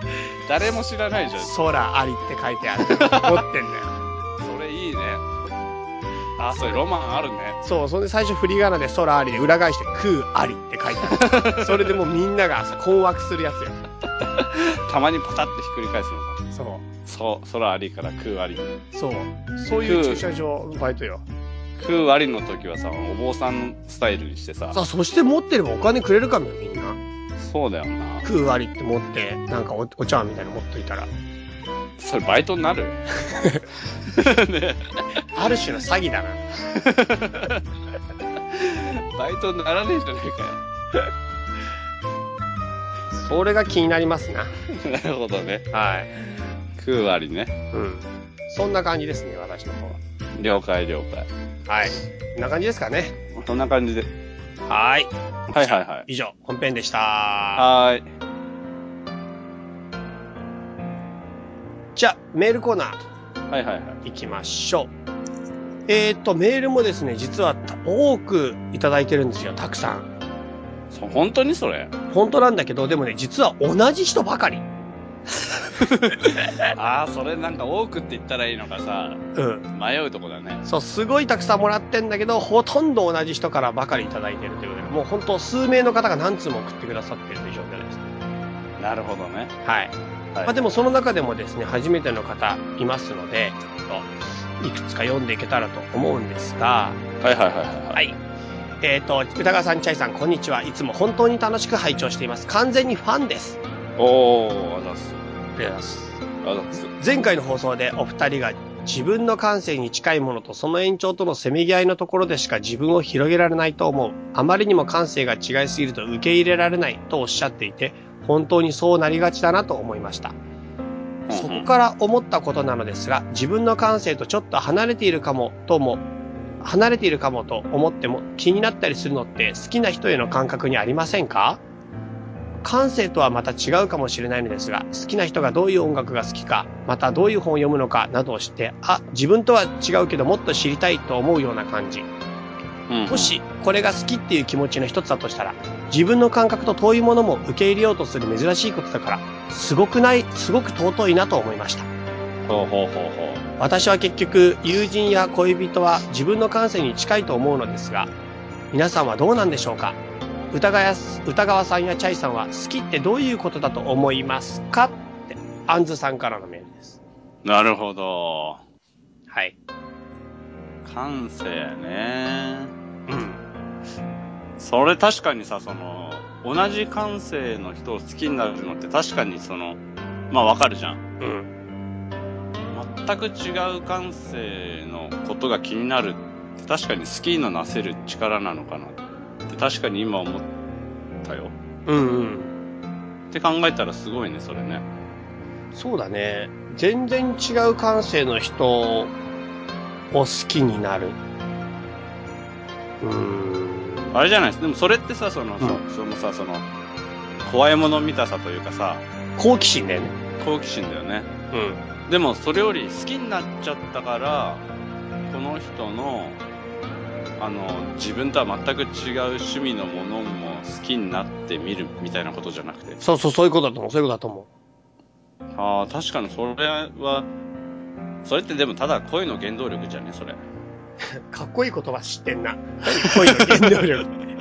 Speaker 3: 誰も知らないじゃん。
Speaker 1: 空ありって書いてある。持ってんだよ。
Speaker 3: それいいね。あ、それロマンあるね。
Speaker 1: そう、それで最初振り仮名で空ありで裏返して空ありって書いてあ
Speaker 3: <laughs>
Speaker 1: る。それでもうみんなが困惑するやつよ。
Speaker 3: たまにパタってひっくり返すのかな。
Speaker 1: そ
Speaker 3: そう、空ありから空あり。
Speaker 1: う。そう。そういう駐車場バイトよ。
Speaker 3: 空ありの時はさ、お坊さんスタイルにしてさ、
Speaker 1: さあ、そして持ってればお金くれるかもよ、みんな。
Speaker 3: そうだよな。
Speaker 1: 空ありって持って、なんかおお茶碗みたいなの持っといたら。
Speaker 3: それバイトになる <laughs> ね
Speaker 1: ある種の詐欺だな。
Speaker 3: <laughs> バイトにならねえじゃね
Speaker 1: それが気になりますな。
Speaker 3: えかよ。なるほどね。
Speaker 1: はい。
Speaker 3: 空ありね。
Speaker 1: うん。そんな感じですね、私の方は。
Speaker 3: 了解了解。
Speaker 1: はい。こんな感じですかね。
Speaker 3: そんな感じで。
Speaker 1: はい。
Speaker 3: はいはいはい。
Speaker 1: 以上、本編でした。
Speaker 3: はーい。
Speaker 1: じゃあ、メールコーナー。
Speaker 3: はいはいはい。
Speaker 1: 行きましょう。えーっ、と、メールもですね、実は多くいただいてるんですよ、たくさん。
Speaker 3: そ本当にそれ
Speaker 1: 本当なんだけど、でもね、実は同じ人ばかり。
Speaker 3: ああ、それなんか多くって言ったらいいのかさ、
Speaker 1: うん。
Speaker 3: 迷うとこだね。
Speaker 1: そう、すごいたくさんもらってんだけど、ほとんど同じ人からばかりいただいてるということで、もう本当数名の方が何通も送ってくださってるという状況です。
Speaker 3: なるほどね。
Speaker 1: はい。
Speaker 3: はい
Speaker 1: まあでもその中でもですね、初めての方いますので、ちょっといくつか読んでいけたらと思うんですが、
Speaker 3: はいはいはいはい。
Speaker 1: はい。えっ、と、歌川さん、チャイさん、こんにちは。いつも本当に楽しく拝聴しています。完全にファンです。あ
Speaker 3: おー、あざっす。
Speaker 1: りがとうございます。
Speaker 3: あざっす。
Speaker 1: 前回の放送でお二人が自分の感性に近いものとその延長とのせめぎ合いのところでしか自分を広げられないと思う。あまりにも感性が違いすぎると受け入れられないとおっしゃっていて、本当にそうなりがちだなと思いました。そこから思ったことなのですが、自分の感性とちょっと離れているかもとも、離れているかもと思っても気になったりするのって好きな人への感覚にありませんか感性とはまた違うかもしれないのですが、好きな人がどういう音楽が好きか、またどういう本を読むのかなどを知って、あ、自分とは違うけどもっと知りたいと思うような感じ。
Speaker 3: うんうん
Speaker 1: もしこれが好きっていう気持ちの一つだとしたら、自分の感覚と遠いものも受け入れようとする珍しいことだから、すごくない、すごく尊いなと思いました。
Speaker 3: ほうほうほうほ
Speaker 1: 私は結局友人や恋人は自分の感性に近いと思うのですが皆さんはどうなんでしょうか歌川や歌川さんやチャイさんは好きってどういうことだと思いますかってアンズさんからのメールです
Speaker 3: う。なるほど。
Speaker 1: はい
Speaker 3: 感性ね。
Speaker 1: うん
Speaker 3: それ確かにさ、その、同じ感性の人を好きになるのって確かにその、まあわかるじゃん。
Speaker 1: うん
Speaker 3: 全く違う感性のことが気になるって確かに好きのなせる力なのかなって確かに今思ったよ。
Speaker 1: うんうん
Speaker 3: って考えたらすごいね、それね。
Speaker 1: そうだね全然違う感性の人を好きになるうーん
Speaker 3: あれじゃないですでもそれってさ、その、
Speaker 1: うん
Speaker 3: そそのさ、その、怖いもの見たさというかさ、
Speaker 1: 好奇心だよね
Speaker 3: 好奇心だよね。
Speaker 1: うん
Speaker 3: でもそれより好きになっちゃったから、この人の、あの、自分とは全く違う趣味のものも好きになってみるみたいなことじゃなくて。
Speaker 1: そうそうそういうことだと思うそういうことだと思う
Speaker 3: ああ、確かにそれは、それってでもただ恋の原動力じゃね、それ。
Speaker 1: かっこいい言葉知ってんな。恋の原 <laughs> 動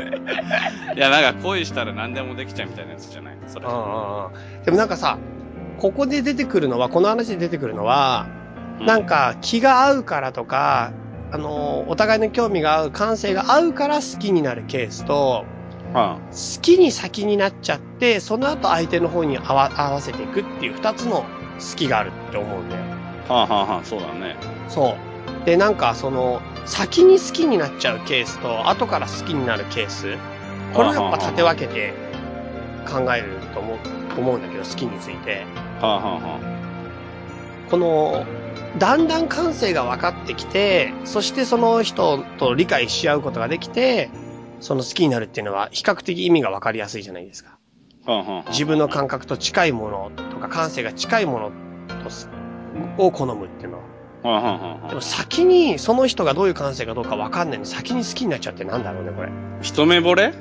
Speaker 1: 力。
Speaker 3: いや、なんか恋したら何でもできちゃうみたいなやつじゃない、それ。
Speaker 1: でもなんかさ、ここで出てくるのは、この話で出てくるのは、
Speaker 3: うん
Speaker 1: なんか気が合うからとか、あの、お互いの興味が合う、感性が合うから好きになるケースと、
Speaker 3: は
Speaker 1: 好きに先になっちゃって、その後相手の方に合わ合わせていくっていう二つの好きがあるって思うんだよ。
Speaker 3: あ、はあ、はあはあ、そうだね。
Speaker 1: そう。で、なんかその、先に好きになっちゃうケースと、後から好きになるケース。これをやっぱ縦
Speaker 3: は
Speaker 1: 分けて考えると思う、思うんだけど、好きについて。
Speaker 3: あ、はあ、は
Speaker 1: この、だんだん感性が分かってきて、そしてその人と理解し合うことができて、その好きになるっていうのは比較的意味が分かりやすいじゃないですか。
Speaker 3: あ、はあ、はあ。
Speaker 1: 自分の感覚と近いものとか感性が近いものとすを好むっていうのは。
Speaker 3: はあ、はあ、はあ。
Speaker 1: でも先にその人がどういう感性かどうか分かんないのに先に好きになっちゃってなんだろうね、これ。
Speaker 3: 一目惚れ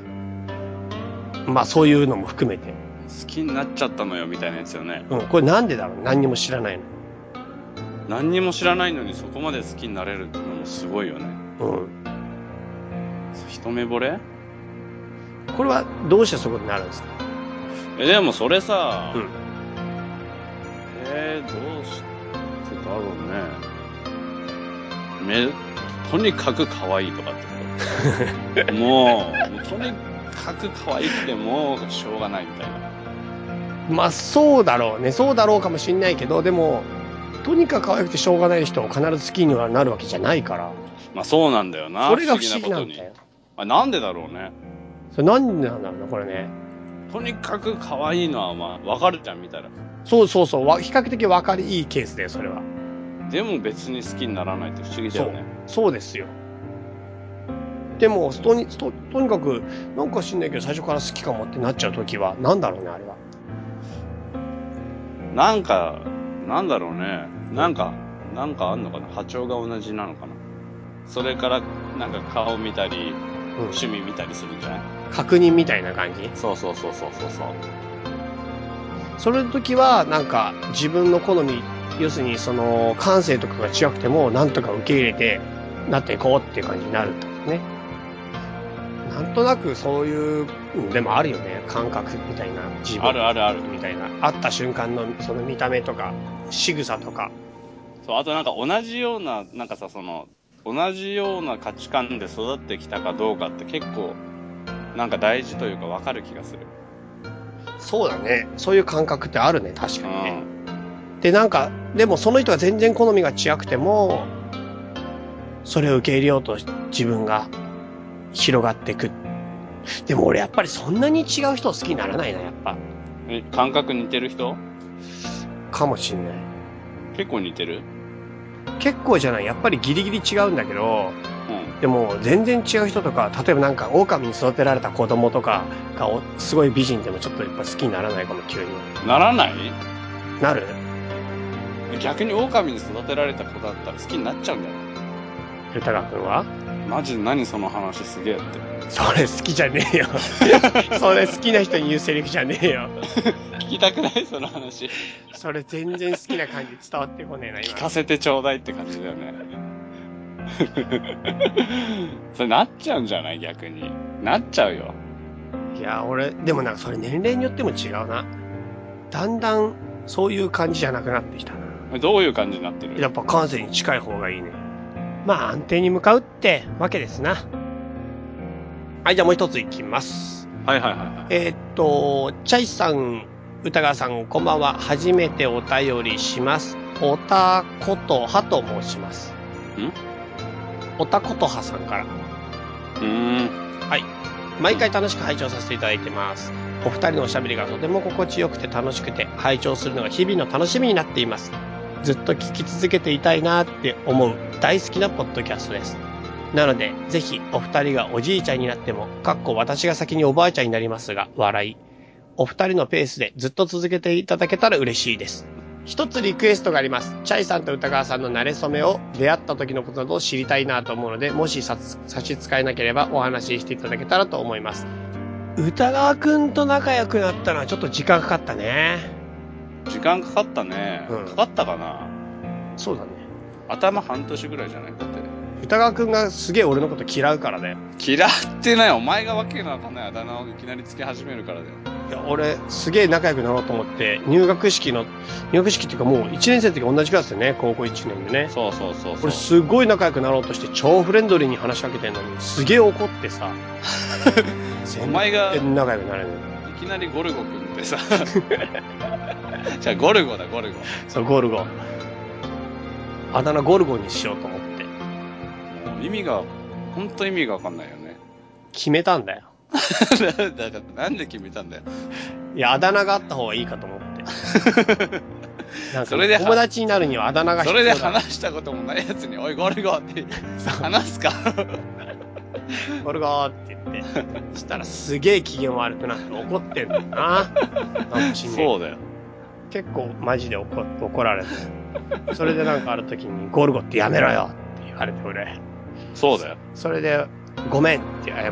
Speaker 3: 好
Speaker 1: まあそういうのも含めて。
Speaker 3: きになっちゃったのよ、みたいなやつよね。
Speaker 1: うん、これなんでだろう何にも知らないの。
Speaker 3: 何にも知らないのにそこまで好きになれるのもすごいよね。
Speaker 1: うん。
Speaker 3: 一目惚れ
Speaker 1: これはどうしてそういうことになるんですか
Speaker 3: え、でもそれさ、
Speaker 1: うん
Speaker 3: えー、どうしてだろうね。め、とにかく可愛いと
Speaker 1: <laughs>
Speaker 3: かってこともう、もうとにかく可愛くてもうしょうがないみたいな。
Speaker 1: まあそうだろうね。そうだろうかもしんないけど、でも、とにかく可愛くてしょうがない人を必ず好きにはなるわけじゃないから。
Speaker 3: まあそうなんだよな。
Speaker 1: それが不思議なん
Speaker 3: 不思議
Speaker 1: だ
Speaker 3: な
Speaker 1: よ
Speaker 3: こ。とに。あ、なんでだろうね。
Speaker 1: それなんでなんだろうな、これね。
Speaker 3: とにかく可愛いのはまあわかるじゃん、見たら。
Speaker 1: そうそうそう。わ比較的分かりいいケースだよ、それは。
Speaker 3: でも別に好きにならないって不思議だよね。
Speaker 1: そうですよ。でも、とに、ととにかく、なんか知んないけど、最初から好きかもってなっちゃうときは、なんだろうね、あれは。
Speaker 3: なんか、なんだろうね。なんか、なんかあんのかな波長が同じなのかなそれから、なんか顔見たり、
Speaker 1: うん
Speaker 3: 趣味見たりするんじゃない
Speaker 1: 確認みたいな感じ。
Speaker 3: そうそうそうそうそうそう。
Speaker 1: それの時は、なんか、自分の好み、要するに、その、感性とかが違くても、なんとか受け入れて、なっていこうっていう感じになるんだね。なんとなく、そういう、うんでもあるよね。感覚みたいな、自分
Speaker 3: あるあるある。
Speaker 1: みたいな。会った瞬間の、その見た目とか、仕草とか。
Speaker 3: そう、あとなんか同じような、なんかさ、その、同じような価値観で育ってきたかどうかって結構、なんか大事というかわかる気がする。
Speaker 1: そうだね。そういう感覚ってあるね、確
Speaker 3: う
Speaker 1: かにね。
Speaker 3: ん。
Speaker 1: で、なんか、でもその人が全然好みが違くても、それを受け入れようと自分が広がっていく。でも俺やっぱりそんなに違う人を好きにならないな、やっぱ。
Speaker 3: え感覚似てる人
Speaker 1: かもしんない。
Speaker 3: 結構似てる
Speaker 1: 結構じゃない、やっぱりギリギリ違うんだけど、
Speaker 3: うん。
Speaker 1: でも全然違う人とか、例えばなんか狼に育てられた子供とかがおすごい美人でもちょっとやっぱ好きにならないかも、急に。
Speaker 3: ならない
Speaker 1: なる
Speaker 3: 逆に狼に育てられた子だったら好きになっちゃうんだよ。
Speaker 1: 豊川くんは
Speaker 3: マジで何その話すげえって。
Speaker 1: それ好きじゃね
Speaker 3: <laughs>
Speaker 1: えよ。それ好きな人に言うセリフじゃねえよ。
Speaker 3: 聞きたくないその話。
Speaker 1: それ全然好きな感じ伝わってこねえな、
Speaker 3: 聞か
Speaker 1: 今。
Speaker 3: せてちょうだいって感じだよ <laughs> ね。それなっちゃうんじゃない逆に。なっちゃうよ。
Speaker 1: いや、俺、でもなんかそれ年齢によっても違うな。だんだん、そういう感じじゃなくなってきたな。
Speaker 3: どういう感じになってる
Speaker 1: やっぱ感性に近い方がいいね。まあ、安定に向かうってわけですな。はい、じゃあもう一ついきます。
Speaker 3: はいはいは
Speaker 1: えーっと、チャイさん、歌川さん、こんばんは。初めてお便りします。おたことはと申します。
Speaker 3: ん
Speaker 1: おたことはさんから。
Speaker 3: い。うーん。
Speaker 1: 毎回楽しく拝聴させていただいてます。お二人のおしゃべりがとても心地よくて楽しくて、拝聴するのが日々の楽しみになっています。ずっと聞き続けていたいなって思う大好きなポッドキャストです。なので、ぜひお二人がおじいちゃんになっても、かっこ私が先におばあちゃんになりますが、笑い。お二人のペースでずっと続けていただけたら嬉しいです。一つリクエストがあります。チャイさんと歌川さんの慣れ初めを出会った時のことなどを知りたいなと思うので、もし差し差し支えなければお話ししていただけたらと思います。歌川くんと仲良くなったのはちょっと時間かかったね。
Speaker 3: 時間かかったね。
Speaker 1: うん
Speaker 3: かかったかな
Speaker 1: そうだね。
Speaker 3: 頭半年ぐらいじゃないだって。
Speaker 1: 歌川くんがすげえ俺のこと嫌うからね。
Speaker 3: 嫌ってない。お前がわけのわかんないあだ名をいきなりつけ始めるからだよ。
Speaker 1: いや、俺、すげえ仲良くなろうと思って、入学式の、入学式っていうかもう1年生の時同じクラスでね、高校1年でね。
Speaker 3: そうそうそうそう。
Speaker 1: 俺すごい仲良くなろうとして超フレンドリーに話しかけてんのに、すげえ怒って <laughs> さ。
Speaker 3: お前が
Speaker 1: 全然仲良くなれない。
Speaker 3: いきなりゴルゴくんってさ。 <laughs> じゃあゴルゴだ、ゴルゴ。
Speaker 1: そう、ゴルゴ。あだ名ゴルゴにしようと思って。
Speaker 3: もう意味が、ほんと意味がわかんないよね。
Speaker 1: 決めたんだよ。
Speaker 3: だから、なんで決めたんだよ。
Speaker 1: いや、あだ名があった方がいいかと思
Speaker 3: <laughs>
Speaker 1: って。なんか
Speaker 3: それで
Speaker 1: ね、友達になるにはあだ名が
Speaker 3: そ
Speaker 1: 必
Speaker 3: れ
Speaker 1: 要
Speaker 3: で
Speaker 1: だ。
Speaker 3: 話したこともないやつに、おい、ゴルゴって、話すか
Speaker 1: ゴルゴーって言って。そしたらすげえ機嫌悪くなって怒ってんだよな。なんか知んねえけど
Speaker 3: うだよ。
Speaker 1: 結構マジで怒怒られて。それでなんかある時に、ゴルゴってやめろよって言われて俺。
Speaker 3: そうだよ。
Speaker 1: それで、ごめんって謝って、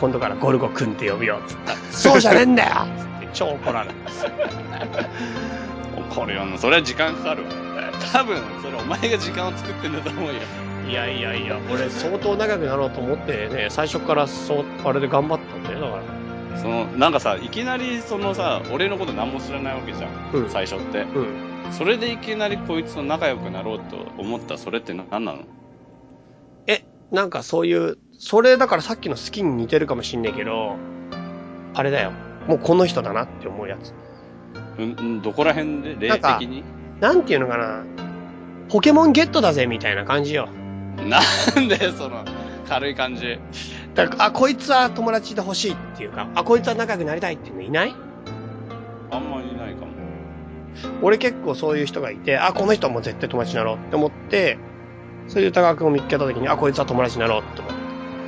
Speaker 1: 今度からゴルゴくんって呼ぶよって言ったらそうじゃねえんだよって <laughs> 超怒られて。
Speaker 3: 怒るよな。それは時間かかるわ。多分、それお前が時間を作ってんだと思うよ。
Speaker 1: いやいやいや、俺相当長くなろうと思ってね、最初からそう、あれで頑張ったんだよ、だから。
Speaker 3: その、なんかさ、いきなりそのさ、俺のこと何も知らないわけじゃん。
Speaker 1: うん。
Speaker 3: 最初って。
Speaker 1: うん。
Speaker 3: それでいきなりこいつと仲良くなろうと思ったそれって何なの
Speaker 1: え、なんかそういう、それだからさっきの好きに似てるかもしんねえけど、あれだよ。もうこの人だなって思うやつ。
Speaker 3: うん、うんどこら辺で霊的に
Speaker 1: なんていうのかな、ポケモンゲットだぜみたいな感じよ。
Speaker 3: なんでその、軽い感じ。
Speaker 1: だから、あ、こいつは友達で欲しいっていうか、あ、こいつは仲良くなりたいっていうのいない
Speaker 3: あんまりいないかも。
Speaker 1: 俺結構そういう人がいて、あ、この人はもう絶対友達になろうって思って、それで歌川くんを見つけた時に、あ、こいつは友達になろうって思って。
Speaker 3: へ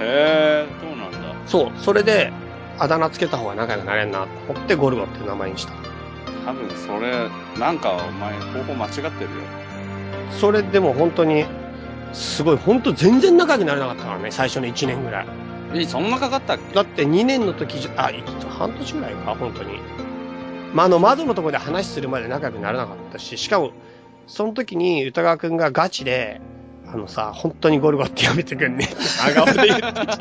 Speaker 3: え、そうなんだ。
Speaker 1: そう、それで、あだ名つけた方が仲良くなれんなと思って、ゴルゴっていう名前にした。
Speaker 3: 多分それ、なんかお前方法間違ってるよ。
Speaker 1: それでも本当に、すごい、本当全然仲良くなれなかったからね、最初の1年ぐらい。
Speaker 3: え、そんなかかったっけ
Speaker 1: だって2年の時じゃ、あ、い半年ぐらいか、本当に。まあ、あの、窓のところで話するまで仲良くならなかったし、しかも、その時に歌川くんがガチで、あのさ、本当にゴルゴってやめてくんねって真顔で言ってき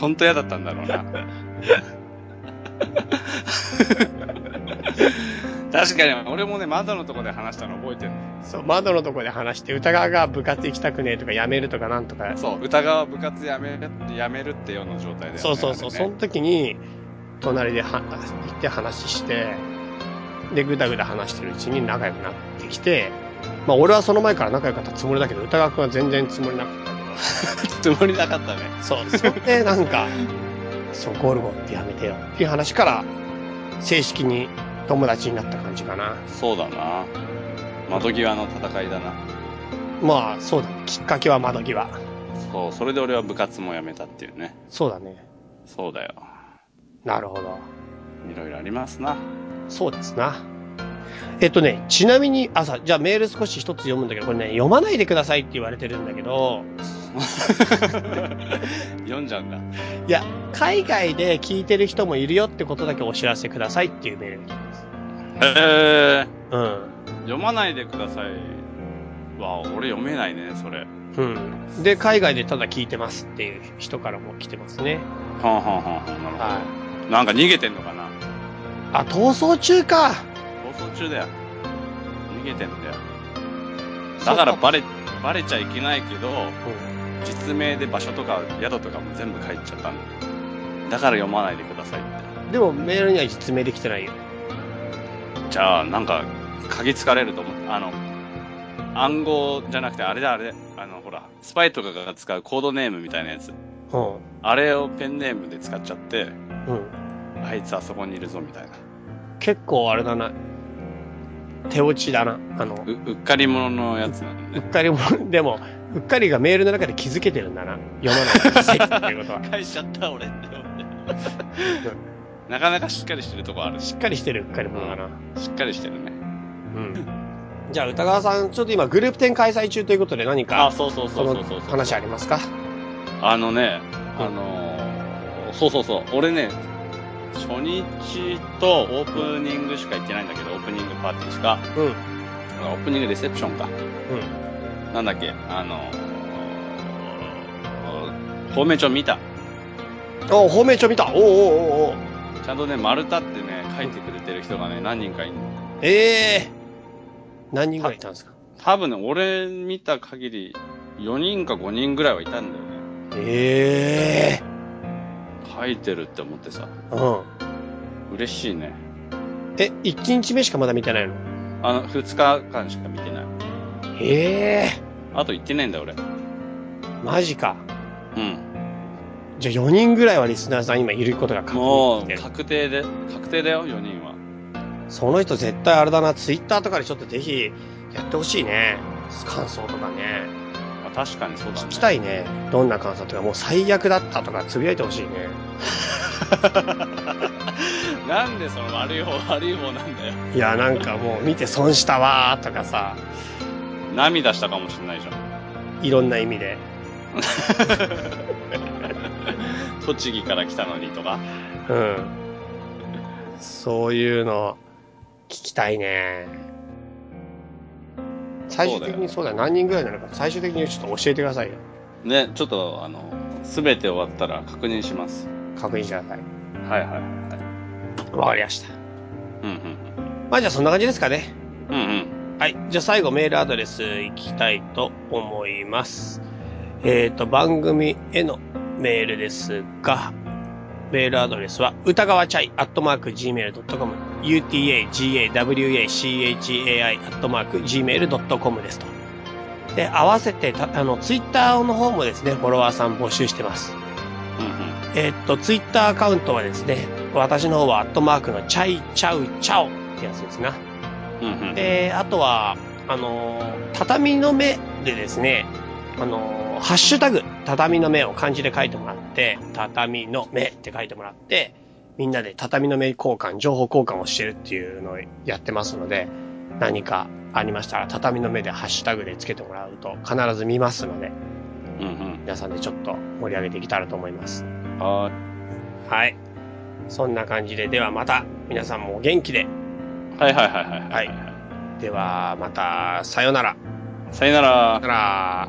Speaker 3: ほんと嫌だったんだろう <laughs> な。確かに、俺もね、窓のとこで話したの覚えてる
Speaker 1: た。そう、窓のところで話して、歌川が部活行きたくねえとか辞めるとかなんとか。
Speaker 3: そう、歌川部活やめる、やめるってような状態だよね。
Speaker 1: そうそうそう、
Speaker 3: あれ
Speaker 1: そ
Speaker 3: ね
Speaker 1: の時に、隣では行って話して、で、ぐだぐだ話してるうちに仲良くなってきて、まあ、俺はその前から仲良かったつもりだけど、歌川くんは全然つもりなかったけど、
Speaker 3: つもりなかったね。
Speaker 1: そう、それでなんか、そう、ゴルゴってやめてよっていう話から、正式に友達になった感じかな。
Speaker 3: そうだな。窓際の戦いだな。
Speaker 1: まあ、そうだね。きっかけは窓際。
Speaker 3: そう、それで俺は部活もやめたっていうね。
Speaker 1: そうだね。
Speaker 3: そうだよ。
Speaker 1: なるほど。
Speaker 3: いろいろありますな。
Speaker 1: そうですな。えっとね、ちなみに、朝、じゃあメール少し一つ読むんだけど、これね、読まないでくださいって言われてるんだけど、
Speaker 3: 読んじゃうんだ。
Speaker 1: いや、海外で聞いてる人もいるよってことだけお知らせくださいっていうメール。
Speaker 3: え
Speaker 1: うん。
Speaker 3: ー、読まないでください。わ、俺読めないね、それ。
Speaker 1: うん。で、海外でただ聞いてますっていう人からも来てますね。
Speaker 3: はんはんはんはん、なるほど。
Speaker 1: はい。
Speaker 3: なんか逃げてんのかな
Speaker 1: あ、逃走中か。
Speaker 3: 放送中だよ。逃げてんだよ。だからバレ、バレちゃいけないけど、
Speaker 1: うん
Speaker 3: 実名で場所とか宿とかも全部書いちゃったんだよ。だから読まないでくださいっ
Speaker 1: でもメールには実名できてないよ。
Speaker 3: て。じゃあ、なんか、嗅ぎつかれると思って、あの、暗号じゃなくて、あれだあれ、あの、ほら、スパイとかが使うコードネームみたいなやつ。
Speaker 1: う
Speaker 3: あれをペンネームで使っちゃって、
Speaker 1: ん。うん。
Speaker 3: あいつあそこにいるぞみたいな。
Speaker 1: 結構あれだな。手落ちだな。あの、
Speaker 3: う、うっかり者のやつなん
Speaker 1: う
Speaker 3: だ
Speaker 1: っ
Speaker 3: ね。
Speaker 1: かりも、でも、うっかりがメールの中で気づけてるんだな。読まないでくださいっていうことは。
Speaker 3: 書いちゃった俺って思って。なかなかしっかりしてるとこあるし。
Speaker 1: しっかりしてるうっかり者だな。
Speaker 3: しっかりしてるね。
Speaker 1: うん。じゃあ、歌川さん、ちょっと今グループ展開催中ということで何
Speaker 3: あ、
Speaker 1: か、
Speaker 3: そうそうそ
Speaker 1: そう
Speaker 3: そうそ
Speaker 1: の
Speaker 3: う
Speaker 1: 話ありますか
Speaker 3: あのね、
Speaker 1: うん
Speaker 3: あのーそうそうそう。俺ね、初日とオープニングしか行ってないんだけど、オープニングパーティーしか。
Speaker 1: うん。
Speaker 3: オープニングレセプションか。
Speaker 1: うん。
Speaker 3: なんだっけ、あの、フォーメーション見た。
Speaker 1: お方面帳見たおうおうおうおう
Speaker 3: ちゃんとね、丸太ってね、書いてくれてる人がね、何人かいる
Speaker 1: ええ何人ぐらいいたんですか
Speaker 3: 多分ね、俺見た限り、4人か5人ぐらいはいたんだよね。
Speaker 1: ええ
Speaker 3: 書いてるって思ってさ、
Speaker 1: うん。
Speaker 3: 嬉しいね。
Speaker 1: え、1日目しかまだ見てないの
Speaker 3: あの、2日間しか見てない。
Speaker 1: ええ
Speaker 3: あと行ってないんだ、俺。う
Speaker 1: マジか。
Speaker 3: ん。
Speaker 1: じゃあ4人ぐらいはリスナーさん今いることが確
Speaker 3: も
Speaker 1: 認
Speaker 3: う
Speaker 1: で、きてる。
Speaker 3: 確定で、確定だよ、4人は。
Speaker 1: その人絶対あれだな、ツイッターとかでちょっとぜひやってほしいね。感想とかね。
Speaker 3: まあ、確かにそうだね。
Speaker 1: 聞きたいね。どんな感想とか、もう最悪だったとかつぶやいてほしいね。
Speaker 3: なんでその悪い方、悪い方なんだよ。
Speaker 1: いや、なんかもう見て損したわーとかさ、
Speaker 3: 涙したかもしれないじゃん。
Speaker 1: いろんな意味で。
Speaker 3: 栃木から来たのにとか。
Speaker 1: うん。そういうの、聞きたいね。最終的にそうだよ、何人ぐらいなのか、最終的にちょっと教えてくださいよ。
Speaker 3: ね、ちょっと、あの、すべて終わったら確認します。
Speaker 1: 確認してください。
Speaker 3: はいはいはい。
Speaker 1: わかりました。
Speaker 3: うん
Speaker 1: まあじゃあそんな感じですかね。
Speaker 3: うん。うんうん。
Speaker 1: はい。じゃあ最後メールアドレス行きたいと思います。えっ、と、番組へのメールですが、メールアドレスは、歌川チャイ、アットマーク、gmail.com、utagawachai、アットマーク、gmail.com ですと。で、合わせて、たあの、ツイッターの方もですね、フォロワーさん募集してます。
Speaker 3: うん
Speaker 1: えっと、ツイッターアカウントはですね、私の方は、アットマークのチャイチャウチャオってやつですな。
Speaker 3: うん。うんうん。
Speaker 1: で、あとは、あのー、畳の目でですね、あのー、ハッシュタグ、畳の目を漢字で書いてもらって、畳の目って書いてもらって、みんなで畳の目交換、情報交換をしてるっていうのをやってますので、何かありましたら、畳の目でハッシュタグでつけてもらうと必ず見ますので、
Speaker 3: うん
Speaker 1: 皆さんでちょっと盛り上げていけたらと思います。
Speaker 3: うん。は
Speaker 1: はい。そんな感じで、ではまた、皆さんもお元気で、
Speaker 3: いはいはいはいはい。
Speaker 1: はではまた、さよなら。
Speaker 3: さよなら
Speaker 1: さよ。なら。